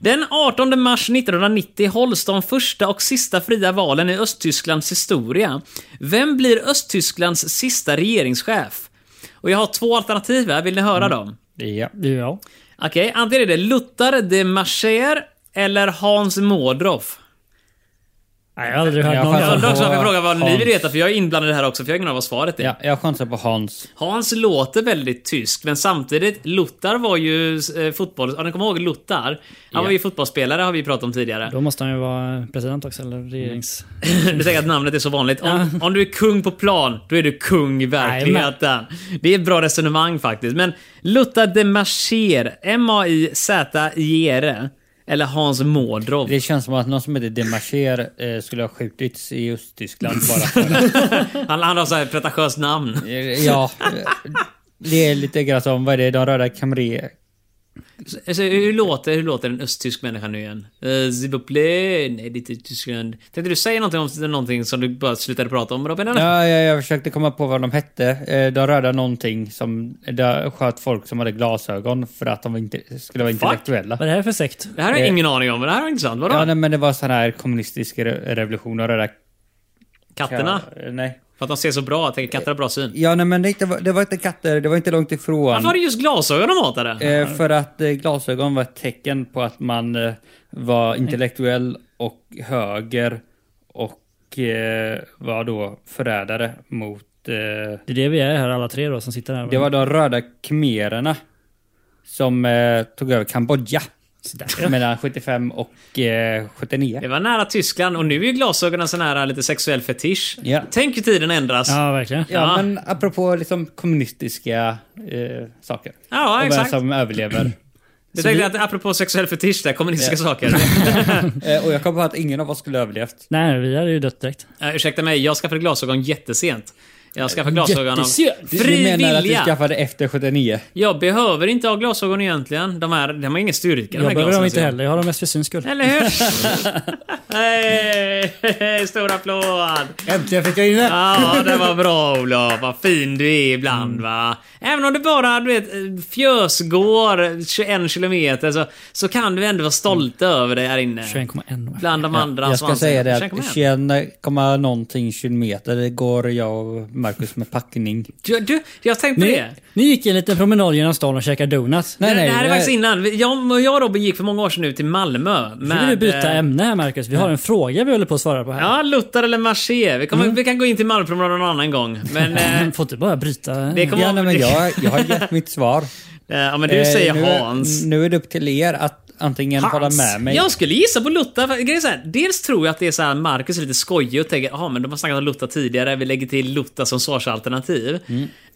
Den 18 mars 1990 hålls de första och sista fria valen i Östtysklands historia. Vem blir Östtysklands sista regeringschef? Och jag har två alternativ här. Vill ni
Mm.
höra dem?
Ja.
Ja.
Okej, antingen är det Luther de Marcher eller Hans Modroff.
Nej, jag har aldrig hört
Jag
någon.
fattar.
Jag undrar också
Åh,
varför jag frågar vad ni
Hans.
vill veta, för jag är inblandad i det här också, för jag har ingen aning om vad svaret är.
ja, jag chansar på Hans.
Hans låter väldigt tysk, men samtidigt, Lothar var ju eh, fotboll... Ja, ni kommer ihåg Lothar? Han var ju fotbollsspelare, har vi pratat om tidigare.
Då måste han ju vara president också, eller regerings...
Du tänker att namnet är så vanligt. Om, om du är kung på plan, då är du kung i verkligheten. Det är ett bra resonemang faktiskt. Men Lothar de Marcher, M-A-I-Z-I-R-E, E eller Hans Modrov.
Det känns som att någon som heter Demarcher eh, skulle ha skjutits i Östtyskland bara
(laughs)
för att...
Han, han har så här pretentiöst namn.
Eh, Ja. eh, Det är lite grann som, vad är det, de röda kamre...
Alltså, hur, låter, hur låter en östtysk människa nu igen? Uh, Zibuple, nej det är inte Tyskland. Tänkte du säga någonting om någonting som du bara slutade prata om (laughs) Robin? Eller?
Ja, jag, jag försökte komma på vad de hette. Eh, De röda någonting som de sköt folk som hade glasögon för att de inte skulle vara intellektuella.
Vad är det här för sekt?
Det här har jag
Eh.
ingen aning om, men det här är intressant. Vadå?
Ja, nej, men det var sån här kommunistisk re- revolution och röda...
Katterna?
Ja, Nej.
För att de ser så bra. Jag tänker katter har bra syn.
Ja, nej, men det, inte var- det var inte katter, det var inte långt ifrån.
Varför har du just glasögon de hatade?
Eh, för att eh, glasögon var ett tecken på att man eh, var intellektuell och höger och eh, var då förrädare mot...
Det
Eh,
är det vi är här alla tre då, som sitter här.
det var de röda khmererna som eh, tog över Kambodja mellan 75 och eh, 79.
Det var nära Tyskland och nu är ju glasögonen så nära lite sexuell fetisch.
Ja.
Tänk hur tiden ändras. Ja,
Ja, verkligen.
Ja,
Ja.
men apropå liksom kommunistiska eh, saker. och vem
exakt. (clears throat)
som överlever.
Jag tänkte att apropå sexuell fetisch där, kommunistiska
(laughs)
saker.
eh, och jag kom på att ingen av oss skulle överlevt.
Nej, vi hade ju dött direkt.
Eh, ursäkta mig, jag skaffade glasögon jättesent. Jag skaffade glasögon av
Eh, Jättesent?
Du,
fri
du menar att du
vilja.
skaffade efter 79?
Jag behöver inte ha glasögon egentligen. De, här, de har ingen styrka. de
Jag
här
behöver dem
glasen,
inte
så jag-
heller, jag har dem mest för syns skull.
Eller
(laughs)
hur? hey, stor applåd!
Äntligen fick jag in det!
Ja, det var bra Olof. Vad fin du är
Mm.
ibland va. Även om du bara du vet, fjösgår 21 kilometer så, så kan du ändå vara stolt över dig här inne.
21,1 år.
Bland de andra
Jag ska
svansen.
säga det
Ursäkta, kom
att
igen.
21, komma någonting kilometer, det går jag och Marcus med packning.
Du, du, jag tänkte på
Ni,
det.
ni gick en liten promenad genom stan och käkade donuts.
Nej,
det,
nej,
det här är
nej.
faktiskt innan. Jag, jag och Robin gick för många år sedan ut till Malmö.
Nu vill
med,
du byta
eh,
ämne här Marcus. Vi har en fråga vi håller på att svara på här.
Ja, Luther eller Marché. Vi, kommer, vi kan gå in till Malmöpromenaden någon annan gång. Men, eh,
Men Får inte bara bryta...
det kommer,
Ja, nej, men jag, jag har gett mitt svar.
Eh, ja, men (laughs) du
Eh,
säger
nu,
Hans.
Nu är det upp till er att antingen hålla med mig.
Jag skulle gissa på Lutta. för Grejen är så här, dels tror jag att det är så här, Marcus är lite skojig och tänker jaha men de har snackat om Lutta tidigare, vi lägger till Lutta som svarsalternativ. Eh,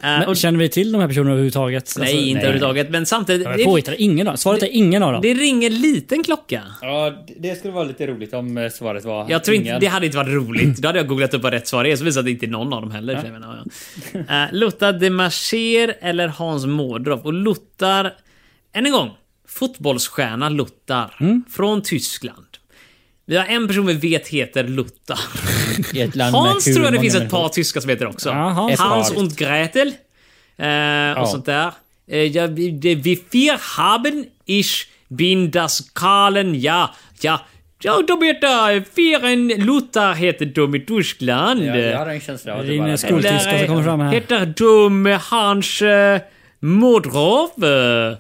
Men
och,
känner vi till de här personerna överhuvudtaget?
nej,
Alltså,
inte överhuvudtaget. Men samtidigt,
Jag är
det,
påhittad. Ingen av Svaret är ingen av dem.
det ringer en liten klocka.
Ja, det- det skulle vara lite roligt om eh, svaret var
Jag tror inte,
ingen.
det hade inte varit roligt. Då hade jag googlat upp vad rätt svar är, så visade att det inte är någon av dem heller. Så jag menar, ja. Eh, Lothar de Marcher eller Hans Mårdorf? Och Lothar, än en gång, fotbollsstjärna Lothar
Mm.
från Tyskland. Vi har en person vi vet heter Lothar.
(laughs) I ett land med
Hans
hur
tror jag det
många
finns ett
människor?
par tyskar som heter också.
Ja, Hans.
Hans
Ett par.
und Gretel. Eh, Och sånt där. Eh, ja, vi, det- vi vier haben ich bin das Karlen, ja, ja. Ja, de heter... Vieren Luther heter de i Tyskland. Eh,
Ja, jag har en känsla av
Det
att
är
det
inga
bara
skol- Skoltyskar som kommer fram här.
heter de Hans eh, Modrov? Eh,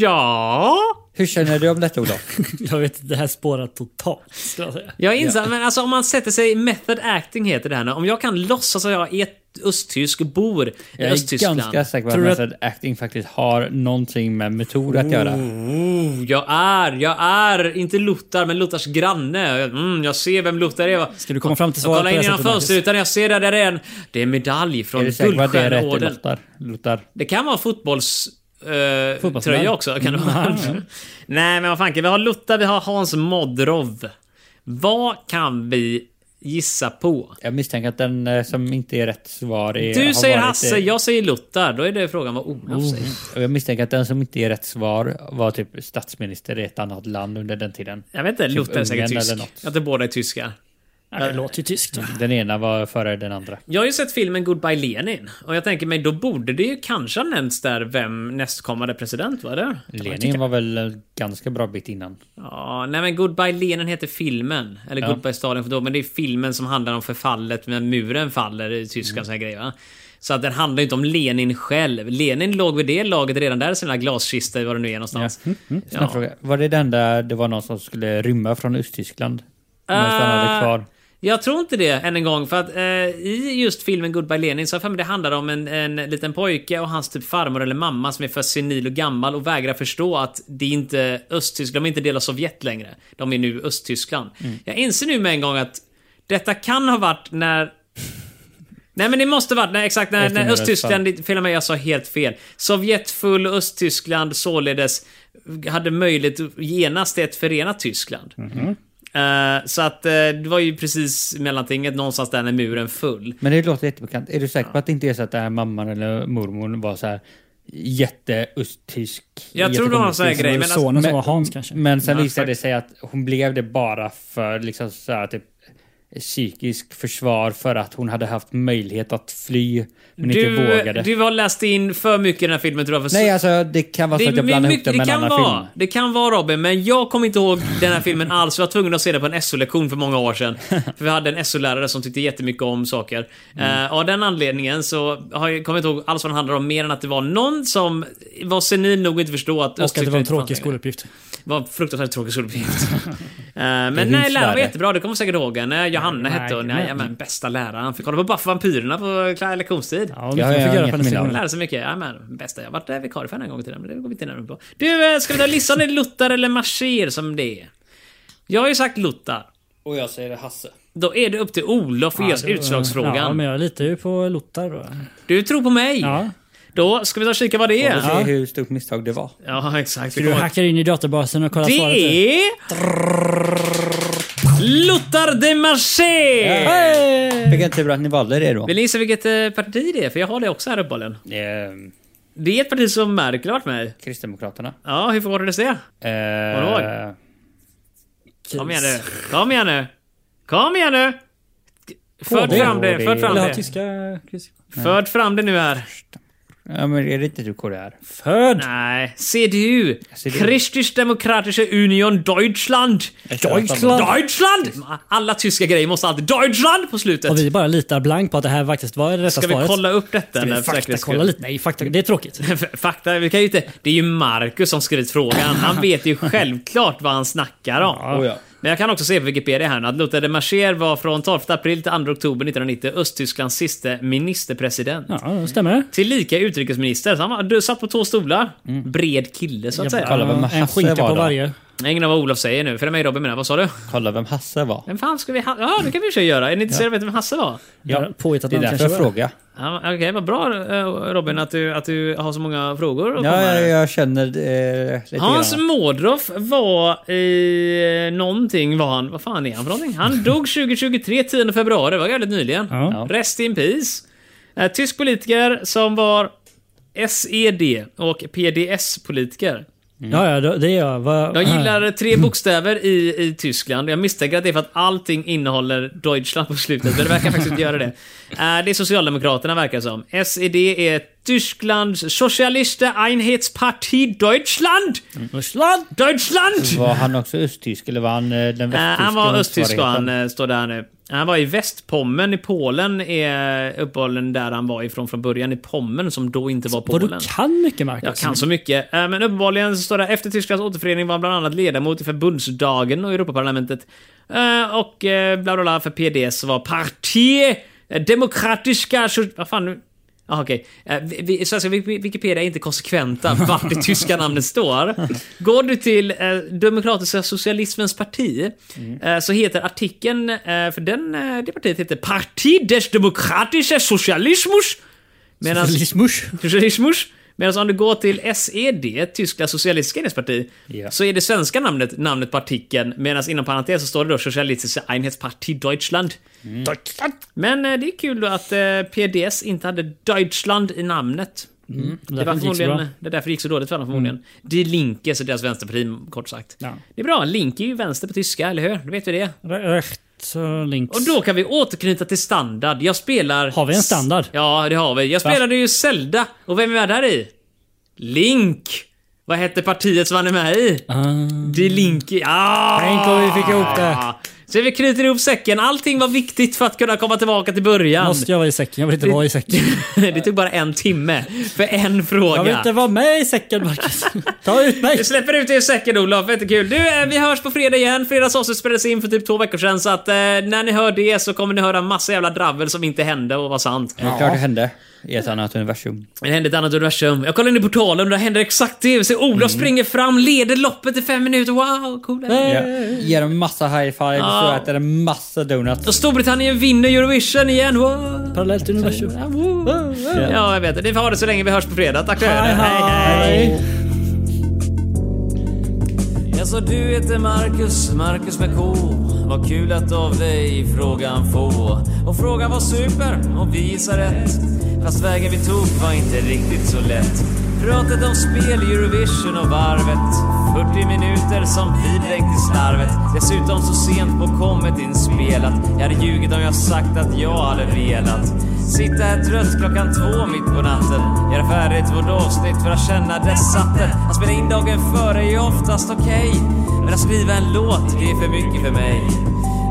Ja.
Hur känner du om detta Olof?
(laughs) Jag vet, det här spårar totalt. ska jag säga.
Jag inser, men alltså om man sätter sig method acting heter det här nu. Om jag kan låtsas att jag är östtysk och bor i
Jag är
Östtyskland.
ganska säker på
Tror
att
du
method acting faktiskt har någonting med metod att göra.
Oh, jag är, jag är, inte Lothar, men Lothars granne. Mm, jag ser vem Lothar är.
Ska du komma fram till
Jag
svaret
kollar in
det
genom
sättet, Marcus?
fönstret utan jag ser där, där är en... Det är en medalj
Är
från
du säker på att det är rätt
Guldstjärneorden.
Lothar? Lothar?
Det kan vara fotbolls... eh,
Fotbollsmedalj.
tröja också. Kan det vara. (laughs) Nej men vad fanken, vi har Lothar, vi har Hans Modrov. Vad kan vi gissa på?
Jag misstänker att den eh, som inte är rätt svar är... har
Du säger
varit,
Hasse,
eh, Oh,
jag säger Lothar. Då är det frågan vad Olof säger.
Och jag misstänker att den som inte är rätt svar var typ statsminister i ett annat land under den tiden.
Jag vet inte, Lothar är säkert
Ungern
tysk.
eller något.
Jag tror båda är tyskar.
Ja, Det låter ju tyskt.
Mm. Den ena var före den andra.
Jag har ju sett filmen Goodbye Lenin. Och jag tänker mig, då borde det ju kanske ha nämnts där vem nästkommande president var det?
Lenin var väl en ganska bra bit innan.
Ja, nej men Goodbye Lenin heter filmen. Eller Goodbye Stalin för då, men det är filmen som handlar om förfallet när muren faller i Tyskland mm. såna här grejer va? Så att den handlar ju inte om Lenin själv. Lenin låg vid det laget redan där i sina glaskistor, var det nu är någonstans.
Snabb fråga. Var det den där det var någon som skulle rymma från Östtyskland? Men
Ah.
stannade kvar?
Jag tror inte det, än en gång. För att eh, i just filmen Goodbye Lenin så har jag för mig det handlar om en, en liten pojke och hans typ farmor eller mamma som är för senil och gammal och vägrar förstå att det är inte Östtyskland, de är inte del av Sovjet längre. De är nu Östtyskland. Jag inser nu med en gång att detta kan ha varit när Nej men det måste varit, nej exakt, när,
Efter
när
Nobels
Östtyskland, fel mig jag sa helt fel. Sovjet full och Östtyskland således hade möjlighet genast till ett förenat Tyskland. Eh, så att eh, det var ju precis mellantinget någonstans där när muren full.
Men det låter jättebekant. Är du säker på att det inte är så att den här mamman eller mormor var så här jätteösttysk?
Jag tror det var en sån här
jättekommunistisk?
grej, men
Det var
alltså,
sonen som var Hans kanske.
Men sen
Ja,
visade det sig att hon blev det bara för liksom så här, typ psykisk försvar för att hon hade haft möjlighet att fly men inte
du,
vågade.
du har läst in för mycket i den här filmen tror jag. För
Nej alltså det kan vara så att jag blandar ihop det med en
kan
annan
vara,
film.
det kan vara Robin, men jag kommer inte ihåg den här filmen alls. Jag var tvungen att se den på en SO-lektion för många år sedan. För vi hade en SO-lärare som tyckte jättemycket om saker. Eh, av den anledningen så har jag, kommer jag inte ihåg alls vad den handlar om, mer än att det var någon som var senil nog att inte förstå att
Och att det var en tråkig
skoluppgift.
skoluppgift.
Det var en fruktansvärt tråkig
(laughs)
skoluppgift. Eh, men nej,
husvärde.
läraren var jättebra, det kommer jag säkert ihåg henne. Johanna hette hon.
nej.
Nej, men bästa läraren. Fick kolla på Buffy Vampyrerna på klar- lektionstid.
Ja,
Jag
jag
har
fick göra
inget
på nästa
minne av
gång.
Hon lärde sig mycket. Ja, men, bästa. Jag har varit eh, vikarie för henne en gång i tiden, men det går vi inte närmare på. Du, eh, ska vi ta listan i Luttar eller Marcher som det är? Jag har ju sagt Luttar.
Och jag säger Hasse.
Då är det upp till Olof att ge oss
Ja,
utslagsfrågan.
men jag litar ju på Lothar då.
Du tror på mig.
Ja.
Då ska vi ta och kika vad det
Och se
är.
hur stort misstag det var.
Ja, exakt.
Du hackar in i databasen och kollar
Det
svaret. nu.
är... Luttar de Marcher!
Vilken tur att ni valde det då.
Vill ni gissa vilket eh, parti det är? För jag har det också här uppehållen.
Ehm,
Det är ett parti som Merkel har varit med i.
Kristdemokraterna.
Ja, hur förhållades det?
Eh,
Vadå? Kom igen nu. Kom igen nu. Kom igen nu. Förd
KD.
fram det. Förd fram
Eller har
det.
tyska...
Förd fram det nu här.
Ja men är det inte du KDR?
Född!
Nej. CDU.
CDU.
Christisch-Demokratische Union Deutschland.
Deutschland.
Deutschland! Alla tyska grejer måste alltid Deutschland på
Och
slutet.
vi bara litar blankt på att det här faktiskt var det rätta
Ska vi
svaret.
kolla upp detta?
Ska vi
eller för
fakta
säkerhets skull?
kolla lite? Nej, fakta, det är tråkigt.
Fakta, vi kan ju inte... Det är ju Marcus som skrivit frågan.
(laughs)
Han vet ju självklart vad han snackar om.
Oh, ja.
Men jag kan också se på Wikipedia här nu att Lothar de Marcher var från 12 april till 2 oktober 1990 Östtysklands siste ministerpresident.
Ja, det stämmer.
Tillika
Mm.
utrikesminister. Så han var, du satt på två stolar. Bred kille så att säga.
kolla vem
En
Hasse
skinka
var
på
då.
varje.
Jag har ingen aning vad Olof säger nu. För det är mig Robin menar. Vad sa du?
Kolla vem Hasse var.
Vem fan ska vi... Ha- ja, det kan vi i och för sig göra. Är ni intresserade av att veta vem Hasse var?
Ja. Påhittat
Det är
namn
därför jag
kanske.
frågar.
Ja, Okej, vad bra eh, Robin att du, att du har så många frågor. att komma
Ja,
med.
jag, jag känner eh, lite
Hans
grann.
Mårdorf var i eh, någonting var han. Vad fan är han för någonting?
(laughs)
Han dog 2023, 10 februari. Det var jävligt nyligen.
Ja.
Rest in peace. Eh, Tysk politiker som var SED och PDS-politiker.
Mm.
Ja, ja, det det är jag. Vad-
Jag gillar tre bokstäver i, i Tyskland. Jag misstänker att det är för att allting innehåller Deutschland på slutet, men det verkar faktiskt inte göra det. Eh, det är Socialdemokraterna verkar det som. SED är Tysklands Socialiste Einheitsparti Deutschland.
Mm.
Deutschland! Deutschland!
Var han också östtysk eller var han eh, den
Eh,
västtyska?
han var östtysk och han
motsvarigheten?
eh, står där nu. Han var i Västpommen i Polen, är uppehållen där han var ifrån från början, i Pommern som då inte var
Vad
Polen.
du kan mycket Marcus.
Jag kan så mycket. Eh, Men uppenbarligen så står det efter Tysklands återförening var han bland annat ledamot i förbundsdagen och Europaparlamentet. Eh, Och eh, bla bla bla för PDS var Parti eh, Demokratiska... So- Vad fan nu? Ah, okej. Eh, vi- vi- Svenska Wik- Wikipedia är inte (laughs) konsekventa vart det tyska namnet står. Går du till eh, Demokratiska Socialismens Parti eh, så heter artikeln, eh, för den, eh, det partiet heter Parti des Demokratische Socialismus. Medan
Lismush.
Schmusch. Medan om du går till SED, Tysklands socialistiska enhetsparti, så är det svenska namnet namnet på artikeln. Medan inom parentes så står det då Socialistische Einheitsparti Deutschland. Deutschland. Men eh, det är kul då att eh, PDS inte hade Deutschland i namnet. Det,
Mm. därför
var
gick så
förmodligen,
bra. Mm.
det är därför det gick så dåligt för dem förmodligen. Det är Linke, så deras vänsterparti kort sagt. Det är bra, Linke är ju vänster på tyska, eller hur? Då vet vi det.
Rätt eh, links.
Och då kan vi återknyta till standard. Jag spelar...
Har vi en standard?
Ja, det har vi. Jag spelade ju Zelda. Och vem var där i? Link! Vad hette partiet som han är med i? Det är Link i... Ah!
Tänk om vi fick ihop det.
Så vi knyter ihop säcken. Allting var viktigt för att kunna komma tillbaka till början.
Måste jag vara i säcken? Jag vill inte vara i säcken.
(laughs) det tog bara en timme för en fråga.
Jag vill inte vara med i
(laughs)
säcken Marcus. Ta ut mig.
Vi släpper ut dig ur säcken Olof, jättekul. Du, eh, vi hörs på fredag igen. Fredagsavsnitt spelades in för typ två veckor sedan så att eh, när ni hör det så kommer ni höra massa jävla dravel som inte hände och var sant.
Det är klart det hände. I ett annat universum.
Men det hände i ett annat universum. Jag kollar in i portalen och där händer exakt det. Så Olof springer fram, leder loppet i fem minuter. Wow, Eh, coola.
Ja. Ger dem massa high-fives och äter en massa donuts.
Och Storbritannien vinner Eurovision igen. Wow.
Parallellt universum.
Ja, jag vet det. Ni får ha det så länge. Vi hörs på fredag. Tack för hej,
Hej.
Jaså, du heter Marcus, Marcus med K. Vad kul att av dig frågan få. Och frågan var super och vi gissade rätt. Fast vägen vi tog var inte riktigt så lätt. Pratet om spel, Eurovision och varvet. 40 minuter som vidräkt i slarvet. Dessutom så sent påkommet inspelat. Jag hade ljugit om jag sagt att jag hade velat. Sitta här trött klockan två mitt på natten. Göra färdigt vårt avsnitt för att känna dess satten. Att spela in dagen före är oftast okej. Men att skriva en låt, det är för mycket för mig.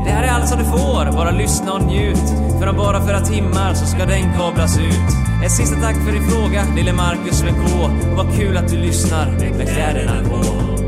Det här är allt som du får, bara lyssna och njut. För om bara fyra timmar så ska den kablas ut. Ett sista tack för din fråga, lille Marcus med K. Och vad kul att du lyssnar med kläderna på.